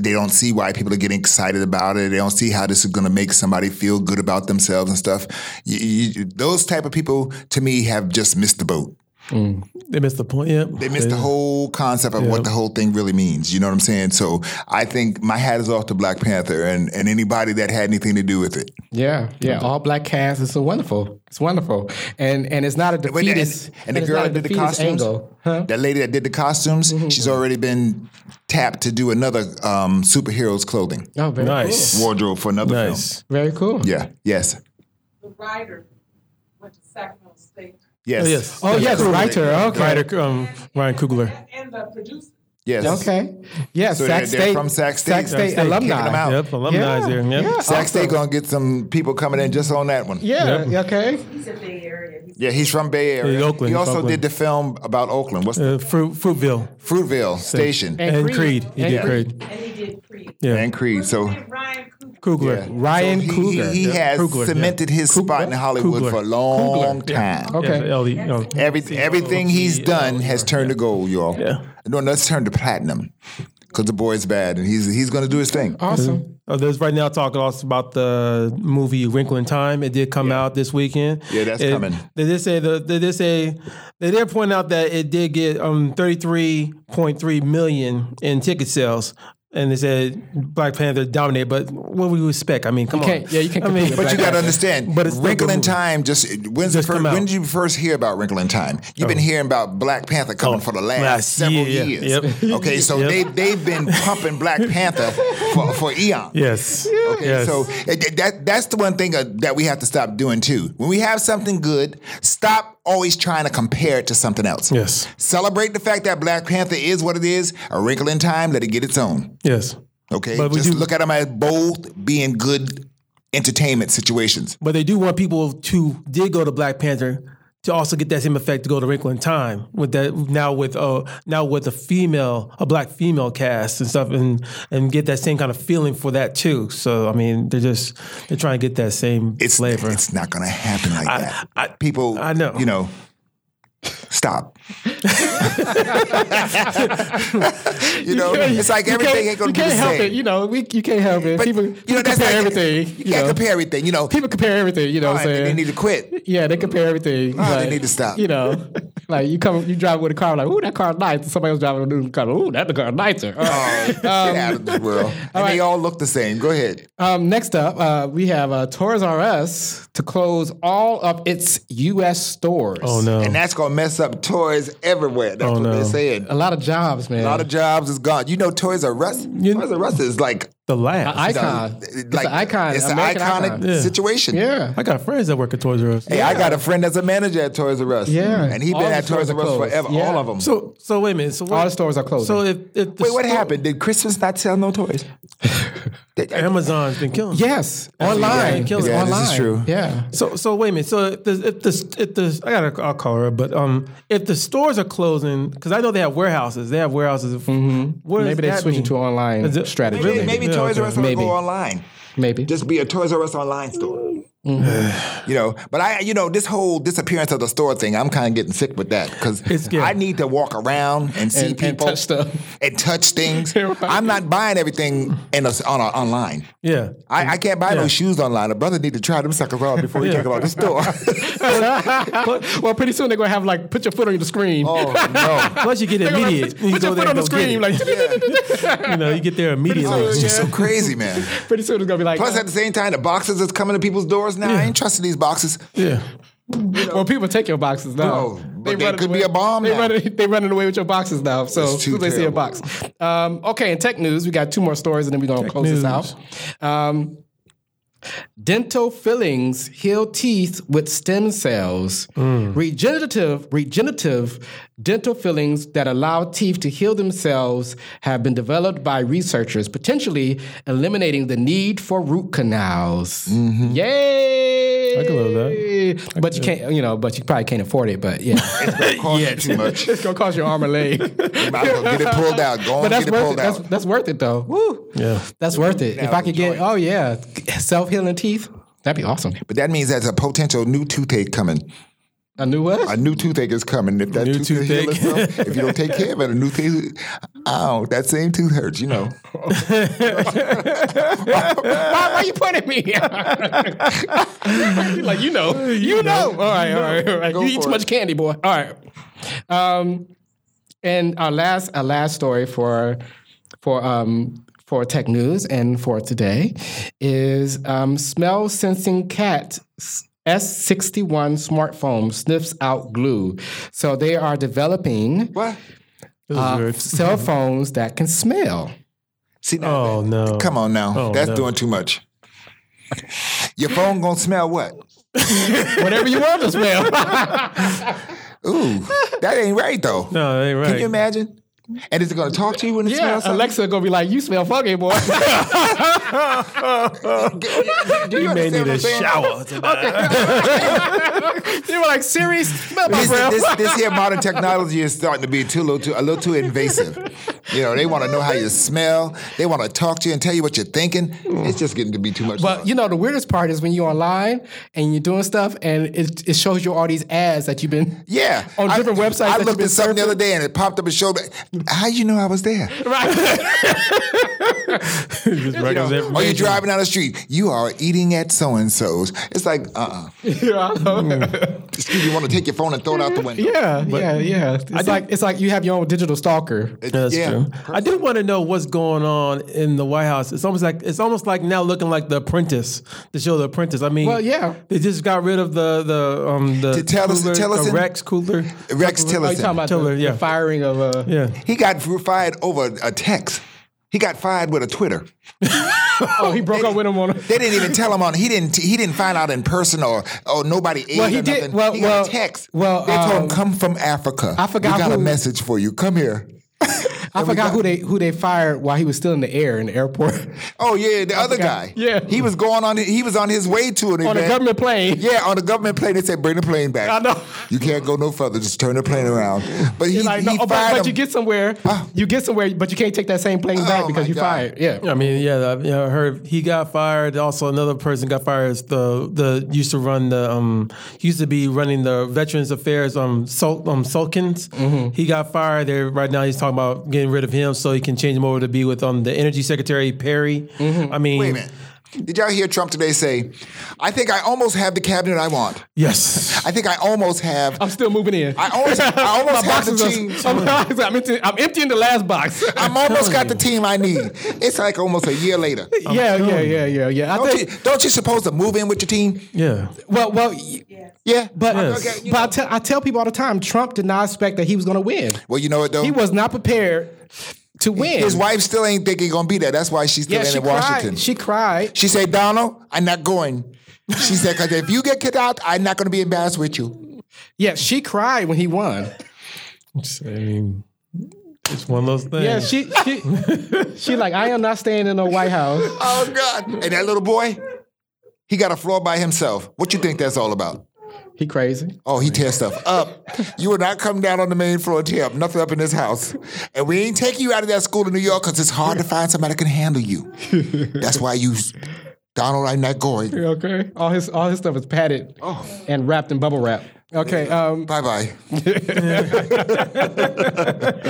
S3: they don't see why people are getting excited about it. They don't see how this is going to make somebody feel good about themselves and stuff. You, you, those type of people, to me, have just missed the boat.
S6: They missed the point. Yeah,
S3: They missed the whole concept of what the whole thing really means. You know what I'm saying? So I think my hat is off to Black Panther and, and anybody that had anything to do with it.
S1: yeah, yeah, all black cast. It's so wonderful. It's wonderful, and and it's not a
S3: Wait, and-
S1: defeatist.
S3: and, the
S1: it's
S3: girl
S1: not a
S3: that did the
S1: defeatist
S3: costumes,
S1: angle. Huh?
S3: that lady that did the costumes, she's already been tapped to do another um, superhero's clothing
S1: Oh, very
S6: nice.
S3: wardrobe for another
S6: Nice.
S1: cool. Very cool.
S3: film. Yeah. Yes.
S7: the writer went to Sacramento State
S3: Yes.
S6: yes.
S1: Oh yeah, the writer. Okay.
S6: Writer um, Ryan Coogler.
S7: and uh, the producer.
S3: Yes.
S1: Okay. Yeah,
S3: So
S1: Sac
S3: they're- they're
S1: State.
S3: from Sac State.
S1: Sac State
S3: Sac State
S1: alumni.
S3: kicking 'em out.
S6: Yep, alumni
S1: yeah.
S6: there. Yep.
S1: Yeah.
S3: Sac State gonna get some people coming in just on that one.
S1: Yeah. Okay.
S7: He's in Bay Area. He's
S3: Yeah, he's from Bay Area.
S6: He's Oakland,
S3: he
S6: he's
S3: also
S6: Oakland.
S3: did the film about Oakland. What's the
S6: Uh, Fruit, Fruitville
S3: Fruitville Station
S6: and Creed. He
S1: And
S6: did Creed.
S7: and he did Creed.
S6: Yeah.
S3: and Creed? So
S7: Ryan Cooper.
S6: Kugler.
S3: Yeah.
S1: Ryan
S3: he,
S1: Coogler.
S3: He, he has
S6: Kugler, yeah.
S3: cemented his spot in Hollywood
S6: Kugler.
S3: for a long
S6: Kugler, yeah.
S3: time.
S1: Okay.
S6: Yeah, E, LD, no.
S3: Every, everything he's done has turned to gold, y'all.
S6: Yeah.
S3: No, that's turned to platinum because the boy's bad and he's he's going to do his thing.
S1: Awesome.
S6: Oh, there's right now talk also about the movie Wrinkle in Time. It did come out this weekend.
S3: Yeah, that's
S6: It-
S3: coming.
S6: They did say the they did say they did point out that it did get um 33.3 million in ticket sales. And they said Black Panther dominated, but what would we expect? I mean, come
S1: can't-
S6: on.
S1: yeah, you can't
S6: I
S1: compete
S6: mean,
S1: with
S3: But
S1: Black
S3: you got to
S1: Panther.
S3: understand,
S6: But it's still a
S3: Wrinkle
S6: good
S3: in
S6: movie.
S3: Time just when's the
S6: Just
S3: first,
S6: come out. Oh.
S3: when did you first hear about Wrinkle in Time? You've been hearing about Black Panther coming for the last,
S6: last
S3: several
S6: year, yeah.
S3: years.
S6: Yep.
S3: Okay, so
S6: Yep.
S3: they they've been pumping Black Panther for, for eons.
S6: Yes.
S3: Okay,
S6: yes.
S3: so it- that that's the one thing uh, that we have to stop doing too. When we have something good, stop always trying to compare it to something else.
S6: Yes.
S3: Celebrate the fact that Black Panther is what it is. A Wrinkle in Time, let it get its own.
S6: Yes.
S3: Okay,
S6: But we
S3: just
S6: do-
S3: look at them as both being good entertainment situations.
S6: But they do want people to did go to Black Panther to also get that same effect to go to Wrinkle in Time with that now with uh now with a female a black female cast and stuff and and get that same kind of feeling for that too. So I mean they're just they're trying to get that same
S3: It's
S6: flavor.
S3: it's not going to happen like that.
S6: I-
S3: People,
S6: I know.
S3: You know, stop. you know, it's like everything ain't going
S1: you
S3: to be
S1: can't
S3: the
S1: help
S3: same.
S1: it. You know, we, you can't help it.
S3: But,
S1: people
S3: you know,
S1: people
S3: that's
S1: compare
S3: like-
S1: everything.
S3: You
S1: You
S3: can't
S1: know.
S3: compare everything. You know,
S1: people compare everything. You know what I'm
S3: All right,
S1: saying?
S3: they need to quit.
S1: yeah, they compare everything.
S3: All right, they need to stop.
S1: You know, like you come, you drive with a car, like, ooh, that car's nice. And somebody else driving a new car, ooh, that car nicer. All right.
S3: Oh, get out of this world. And they all look the same. Go ahead.
S1: Um, next up, uh, we have uh, Toys R Us to close all of its U.S. stores.
S6: oh no.
S3: And that's gonna mess up toys everywhere. That's
S6: Oh,
S3: what they're
S6: no.
S3: saying.
S1: A lot of jobs, man.
S3: A lot of jobs is gone. You know, Toys R Us. Toys R Us is like
S6: the last. I,
S1: icon.
S3: the-
S1: it's an icon.
S3: It's an
S1: American
S3: iconic
S1: icon.
S6: Yeah.
S3: situation.
S1: Yeah.
S6: got friends that work at Toys R Us.
S3: Hey, I got a friend that's a manager at Toys R Us.
S1: Yeah.
S3: and he
S1: All
S3: been
S1: the
S3: at Toys
S1: stores
S3: R
S1: are
S3: Us
S1: closed.
S3: forever.
S1: Yeah.
S3: All of them.
S6: So so wait a minute. So what,
S1: All the stores are closing.
S6: So if, if the
S3: Wait, what
S6: store-
S3: happened? Did Christmas not sell no toys? Did-
S6: Amazon's been killing. them.
S1: Yes, online.
S6: Yeah,
S1: It's
S6: this is
S1: online.
S3: true.
S1: Yeah.
S6: So so wait a minute. So if the, if the, if the I gotta I'll call her, but um, if the stores are closing, because I know they have warehouses. They have warehouses. What does
S1: Mm-hmm. Maybe they're
S6: that
S1: switching
S6: mean?
S1: to online
S6: Is it-
S1: strategy.
S3: Maybe,
S1: Maybe.
S3: maybe
S6: Yeah,
S3: Toys
S6: okay.
S3: R Us will
S1: Maybe.
S3: go online.
S1: Maybe.
S3: just be a Toys R Us online store.
S1: Mm-hmm.
S3: you know, but I, you know, this whole disappearance of the store thing, I'm kind of getting sick with that because
S6: It's scary.
S3: I need to walk around and see
S1: And- and
S3: people
S1: touch stuff.
S3: and touch things.
S1: Right.
S3: I'm not buying everything in a, on a, online.
S6: Yeah.
S3: I, I can't buy no
S6: Yeah.
S3: shoes online. A brother need to try them suckers on before he take them out the store.
S1: well, pretty soon they're gonna have like put your foot on the screen.
S3: oh no!
S6: Plus you get
S1: They're gonna
S6: immediate.
S1: Put,
S6: You
S1: put
S6: go
S1: your
S6: there
S1: foot on
S6: and
S1: the
S6: go get
S1: screen.
S6: it.
S1: Like
S6: you know, you get there immediately.
S3: It's just so crazy, man.
S1: pretty soon it's gonna be like. uh,
S3: Plus, at the same time, the boxes that's coming to people's doors now. I ain't trusting these boxes.
S6: Yeah.
S1: well, people take your boxes now.
S3: Oh, but there
S1: running
S3: could
S1: away-
S3: be a bomb
S1: They
S3: now.
S1: running, they running away with your boxes now. So
S3: That's too
S1: soon they see a
S3: terrible.
S1: box. Um, okay, in tech news, we got two more stories, and then we're gonna close this
S6: news.
S1: out. Um, dental fillings heal teeth with stem cells. Regenerative, regenerative dental fillings that allow teeth to heal themselves have been developed by researchers, potentially eliminating the need for root canals. Yay!
S6: I can love that.
S1: But you can't, you know, but you probably can't afford it. But yeah,
S3: Cost you too much.
S1: it's gonna cost your arm and leg.
S3: You might as well get it pulled out. Go on,
S1: but that's
S3: get it
S1: worth
S3: pulled
S1: it. That's,
S3: out.
S1: that's worth it though. Woo!
S6: Yeah.
S1: That's worth it. If I
S3: the
S1: could get,
S3: joint.
S1: oh yeah, self healing teeth. That'd be awesome.
S3: But that means that's a potential new toothache coming.
S1: A new
S3: A
S1: what?
S3: new toothache is coming. If that
S6: New
S3: tooth is healing
S6: toothache.
S3: itself, if you don't take care of it, a new tooth, ow, that same tooth hurts, you know.
S1: Why, why are you pointing at me? You're like you know, you, know. All right, all right, all right.
S3: Go
S1: you eat
S3: for
S1: too
S3: it.
S1: much candy, boy. All right. Um, and our last, our last story for, for um, for tech news and for today is um, smell sensing cat. S61 smartphone sniffs out glue. So they are developing
S3: What?
S6: This is
S1: uh,
S6: weird.
S1: cell phones that can smell.
S3: See, now,
S6: Oh no.
S3: come on now.
S6: Oh,
S3: that's
S6: no.
S3: doing too much. Your phone gonna smell what?
S1: Whatever you want to smell.
S3: Ooh, that ain't right though.
S6: No, they right.
S3: Can you imagine? And is it gonna talk to you when it
S1: Yeah,
S3: smells? something?
S1: Alexa gonna be like, "You smell funky, boy."
S3: Do you,
S6: You may
S3: understand
S6: need
S3: what I'm
S6: a
S3: saying?
S6: shower.
S1: they were like, "Siri, smell my
S3: This,
S1: breath."
S3: this, this here modern technology is starting to be too little, too, a little too invasive. You know, they want to know how you smell. They want to talk to you and tell you what you're thinking. It's just getting to be too much.
S1: Mm. But uh, you know the weirdest part is when you're online and you're doing stuff and it, it shows you all these ads that you've been
S3: yeah,
S1: on different
S3: I,
S1: websites.
S3: I
S1: that you've
S3: looked
S1: been
S3: at something the
S1: surfing.
S3: other day and it popped up and showed me. How you know I was there?
S6: Just records
S3: Or
S6: everywhere.
S3: you're driving down the street. You are eating at so and so's. It's like, uh, uh Excuse me, you want to take your phone and throw it out the window?
S1: Mm. Yeah, yeah, yeah. It's
S6: do-
S1: like it's like you have your own digital stalker.
S6: That's
S3: Yeah.
S6: true. I do want to know what's going on in the White House. It's almost like it's almost like now looking like The Apprentice, the show The Apprentice. I mean,
S1: Well, yeah.
S6: they just got rid of the the um the
S3: To tell us-
S6: cooler,
S3: tell us
S6: the
S3: in-
S6: Rex cooler.
S3: Rex
S1: Oh, you talking
S3: Tillerson.
S1: about the-
S6: Tiller,
S1: the,
S6: yeah.
S1: firing of uh,
S6: Yeah,
S3: He got fired over a text. He got fired with a Twitter.
S1: Oh, he broke up with him on.
S3: They didn't even tell him on. He didn't. He didn't find out in person or or nobody. Ate
S1: Well, he
S3: or
S1: did-
S3: Nothing.
S1: well,
S3: he got
S1: well,
S3: a text.
S1: well,
S3: they told
S1: um,
S3: him come from Africa.
S1: I forgot
S3: We got
S1: who-
S3: a message for you. Come here.
S1: I forgot who they who they fired while he was still in the air in the airport
S3: Oh yeah, the other guy.
S1: Yeah.
S3: he was going on. He was on his way to an
S1: on a
S3: event.
S1: government plane.
S3: Yeah, on the government plane, they said bring the plane back.
S1: I know.
S3: You can't go no further. Just turn the plane around. But he,
S1: You're like,
S3: he
S1: no, oh, but,
S3: fired
S1: but you
S3: him. Ah.
S1: get somewhere, you get somewhere, but you can't take that same plane back
S3: Oh,
S1: because
S3: my
S1: you
S3: God.
S1: fired. Yeah.
S6: I mean, yeah, I, you know, I heard he got fired. Also, another person got fired. Is the the used to run the um used to be running the Veterans Affairs um Sul- um Sulkins.
S3: Mm-hmm.
S6: He got fired. There right now, he's talking about getting rid of him so he can change him over to be with um the Energy Secretary Perry. I mean,
S3: Mm-hmm. Wait a minute. Did y'all hear Trump today say, "I think I almost have the cabinet I want.
S6: yes,
S3: I think I almost have."
S1: I'm still moving in.
S3: I almost, I almost have the
S1: boxes are-
S3: team.
S1: I'm, I'm empty- I'm emptying the last box.
S3: I'm almost got the team I need. It's like almost a year later.
S1: yeah, yeah, yeah, yeah, yeah. I
S3: Don't you,
S1: think.
S3: don't you supposed to move in with your team?
S6: yeah.
S1: Well, well, y-
S3: Yeah.
S1: but
S6: Yes.
S1: but I, tell, I tell people all the time, Trump did not expect that he was going to win.
S3: well, you know what though?
S1: He was not prepared to win.
S3: His wife still ain't think he gonna be there. That's why she's still
S1: yeah,
S3: in
S1: she
S3: Washington.
S1: cried. She cried.
S3: She said, Donald, I'm not going. She said, because if you get kicked out, I'm not gonna be embarrassed with you.
S1: Yeah, she cried when he won.
S6: It's- I mean, it's one of those things.
S1: Yeah, she she she like I am not staying in the White House.
S3: Oh God. And that little boy, he got a floor by himself. What you think that's all about?
S1: He crazy.
S3: Oh, he tears stuff up. You will not come down on the main floor and tear up nothing up in this house. And we ain't taking you out of that school in New York because it's hard to find somebody that can handle you. That's why you, Donald, I'm not going.
S1: Okay. All his all his stuff is padded
S3: Oh.
S1: and wrapped in bubble wrap. Okay. Um.
S3: Bye bye.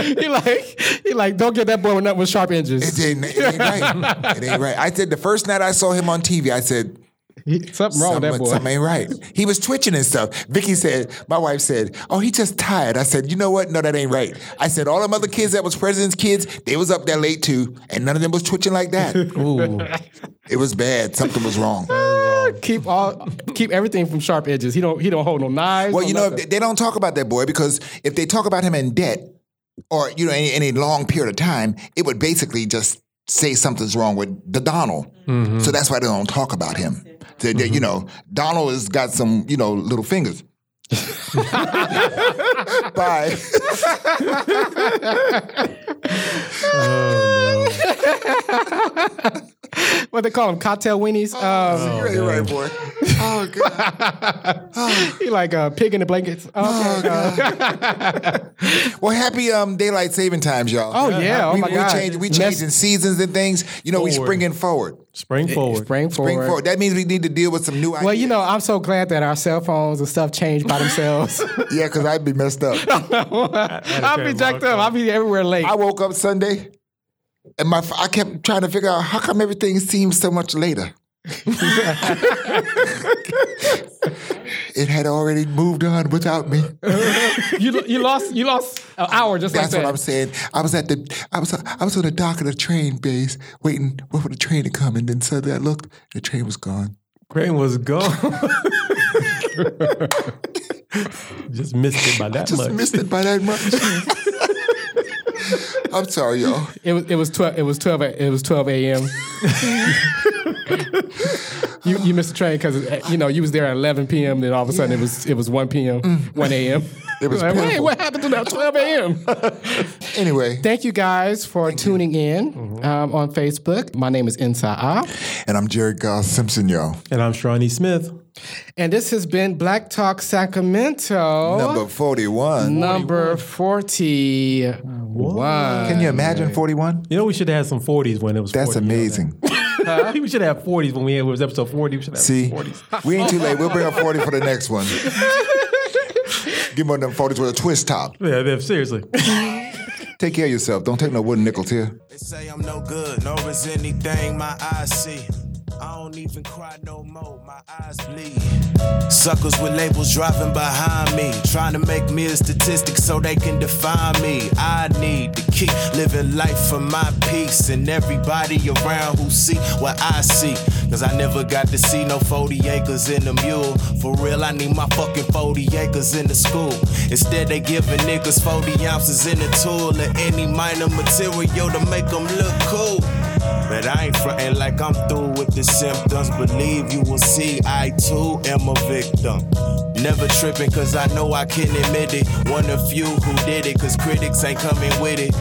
S1: He like he like don't get that boy with nothing with sharp
S3: It
S1: edges.
S3: ain't, it ain't right. It ain't right. I said the first night I saw him on TV, I said,
S1: He- Something wrong
S3: something,
S1: with that boy.
S3: something ain't right. He was twitching and stuff. Vicky said, my wife said, oh, he just tired. I said, you know what? No, that ain't right. I said, all them other kids that was president's kids, they was up there late too, and none of them was twitching like that. It was bad. Something was wrong.
S1: Ah, Keep all keep everything from sharp edges. He don't he don't hold no knives.
S3: Well,
S1: no
S3: you know,
S1: nothing.
S3: they don't talk about that boy because if they talk about him in debt or, you know, in, in a long period of time, it would basically just say something's wrong with the Donald.
S1: Mm-hmm.
S3: So that's why they don't talk about him. They- they- You know, Donald has got some, you know, little fingers. Bye.
S6: Uh,
S1: what they call them cocktail weenies.
S3: Oh.
S1: Um,
S3: You're right, boy. Oh, God.
S1: he like a pig in the blankets. Okay. Oh,
S3: Well, happy um, daylight saving times, y'all.
S1: oh yeah. Oh
S3: we,
S1: my
S3: we
S1: God.
S3: Change, we
S1: Mess-
S3: changing seasons and things. You know, we
S6: Forward.
S3: springing forward.
S6: Spring forward.
S1: Spring
S3: Spring
S1: forward.
S3: forward. That means we need to deal with some new ideas.
S1: Well, you know, I'm so glad that our cell phones and stuff changed by themselves.
S3: Yeah, because I'd be messed up.
S1: I'll be jacked up. I'll be everywhere late.
S3: I woke up Sunday, and my I kept trying to figure out how come everything seems so much later. it had already moved on without me.
S1: you you lost you lost an hour just
S3: That's
S1: like
S3: what
S1: that.
S3: I'm saying. I was at the I was I was on the dock of the train base waiting for the train to come, and then suddenly I looked, the train was gone.
S6: Crane was gone. Just missed it by that
S3: Just
S6: much.
S3: missed it by that much. I'm sorry, y'all.
S1: It was it was twelve it was twelve a- it was twelve a.m. you you missed the train because you know you was there at eleven p.m. Then all of a sudden it was it was one p.m. one a.m.
S3: Mm. It was
S1: like, wait
S3: pitiful.
S1: what happened to that twelve a.m.
S3: Anyway,
S1: Thank you guys for tuning in
S3: Mm-hmm.
S1: um, on Facebook. My name is Inside Out.
S3: and I'm Jared Goss Simpson, y'all.
S6: And I'm Shawnee Smith.
S1: And this has been Black Talk Sacramento,
S3: Number 41.
S1: number 41. Wow.
S3: Can you imagine 41?
S6: You know, we should have had some 40s when it was.
S3: That's
S6: 40, you know that.
S3: amazing.
S6: we should have 40s when we had, it was episode 40. We should have
S3: See,
S6: 40s.
S3: we ain't too late. We'll bring up 40 for the next one. Give one of them 40s with a twist top.
S6: Yeah, yeah, seriously.
S3: Take care of yourself. Don't take no wooden nickels here.
S8: They say I'm no good, no is anything my eyes see. I don't even cry no more, my eyes bleed. Suckers with labels driving behind me, trying to make me a statistic so they can define me. I need to keep living life for my peace and everybody around who see what I see. Cause I never got to see no 40 acres in a mule. For real, I need my fucking 40 acres in the school. Instead, they giving niggas 40 ounces in a tool or any minor material to make them look cool. But I ain't frontin' like I'm through with the symptoms. Believe you will see, I too am a victim. Never trippin' cause I know I can admit it. One of few who did it, cause critics ain't coming with it.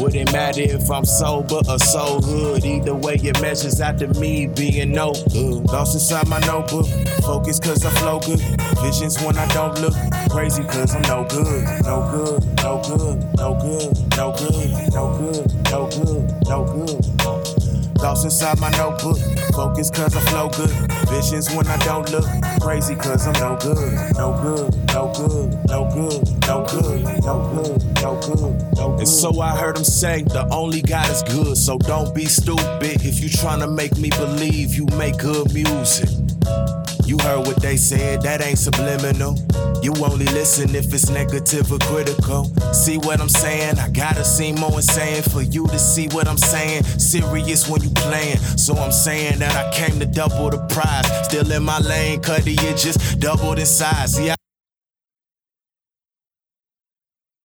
S8: Wouldn't matter if I'm sober or so hood. Either way, it measures out to me being no good. Lost inside my notebook. Focus cause I flow good. Visions when I don't look. Crazy cause I'm no good. No good. No good. No good. No good. No good. No good. No good. Thoughts inside my notebook. Focus cause I flow good. Visions when I don't look. Crazy cause I'm no good. No good. No good. No good. No good. No good. No good. No good. And so I heard him say, the only God is good. So don't be stupid if you tryna make me believe you make good music. You heard what they said, that ain't subliminal. You only listen if it's negative or critical. See what I'm saying? I gotta seem more insane for you to see what I'm saying. Serious when you playing, so I'm saying that I came to double the prize. Still in my lane, cutty it just doubled in size. Yeah.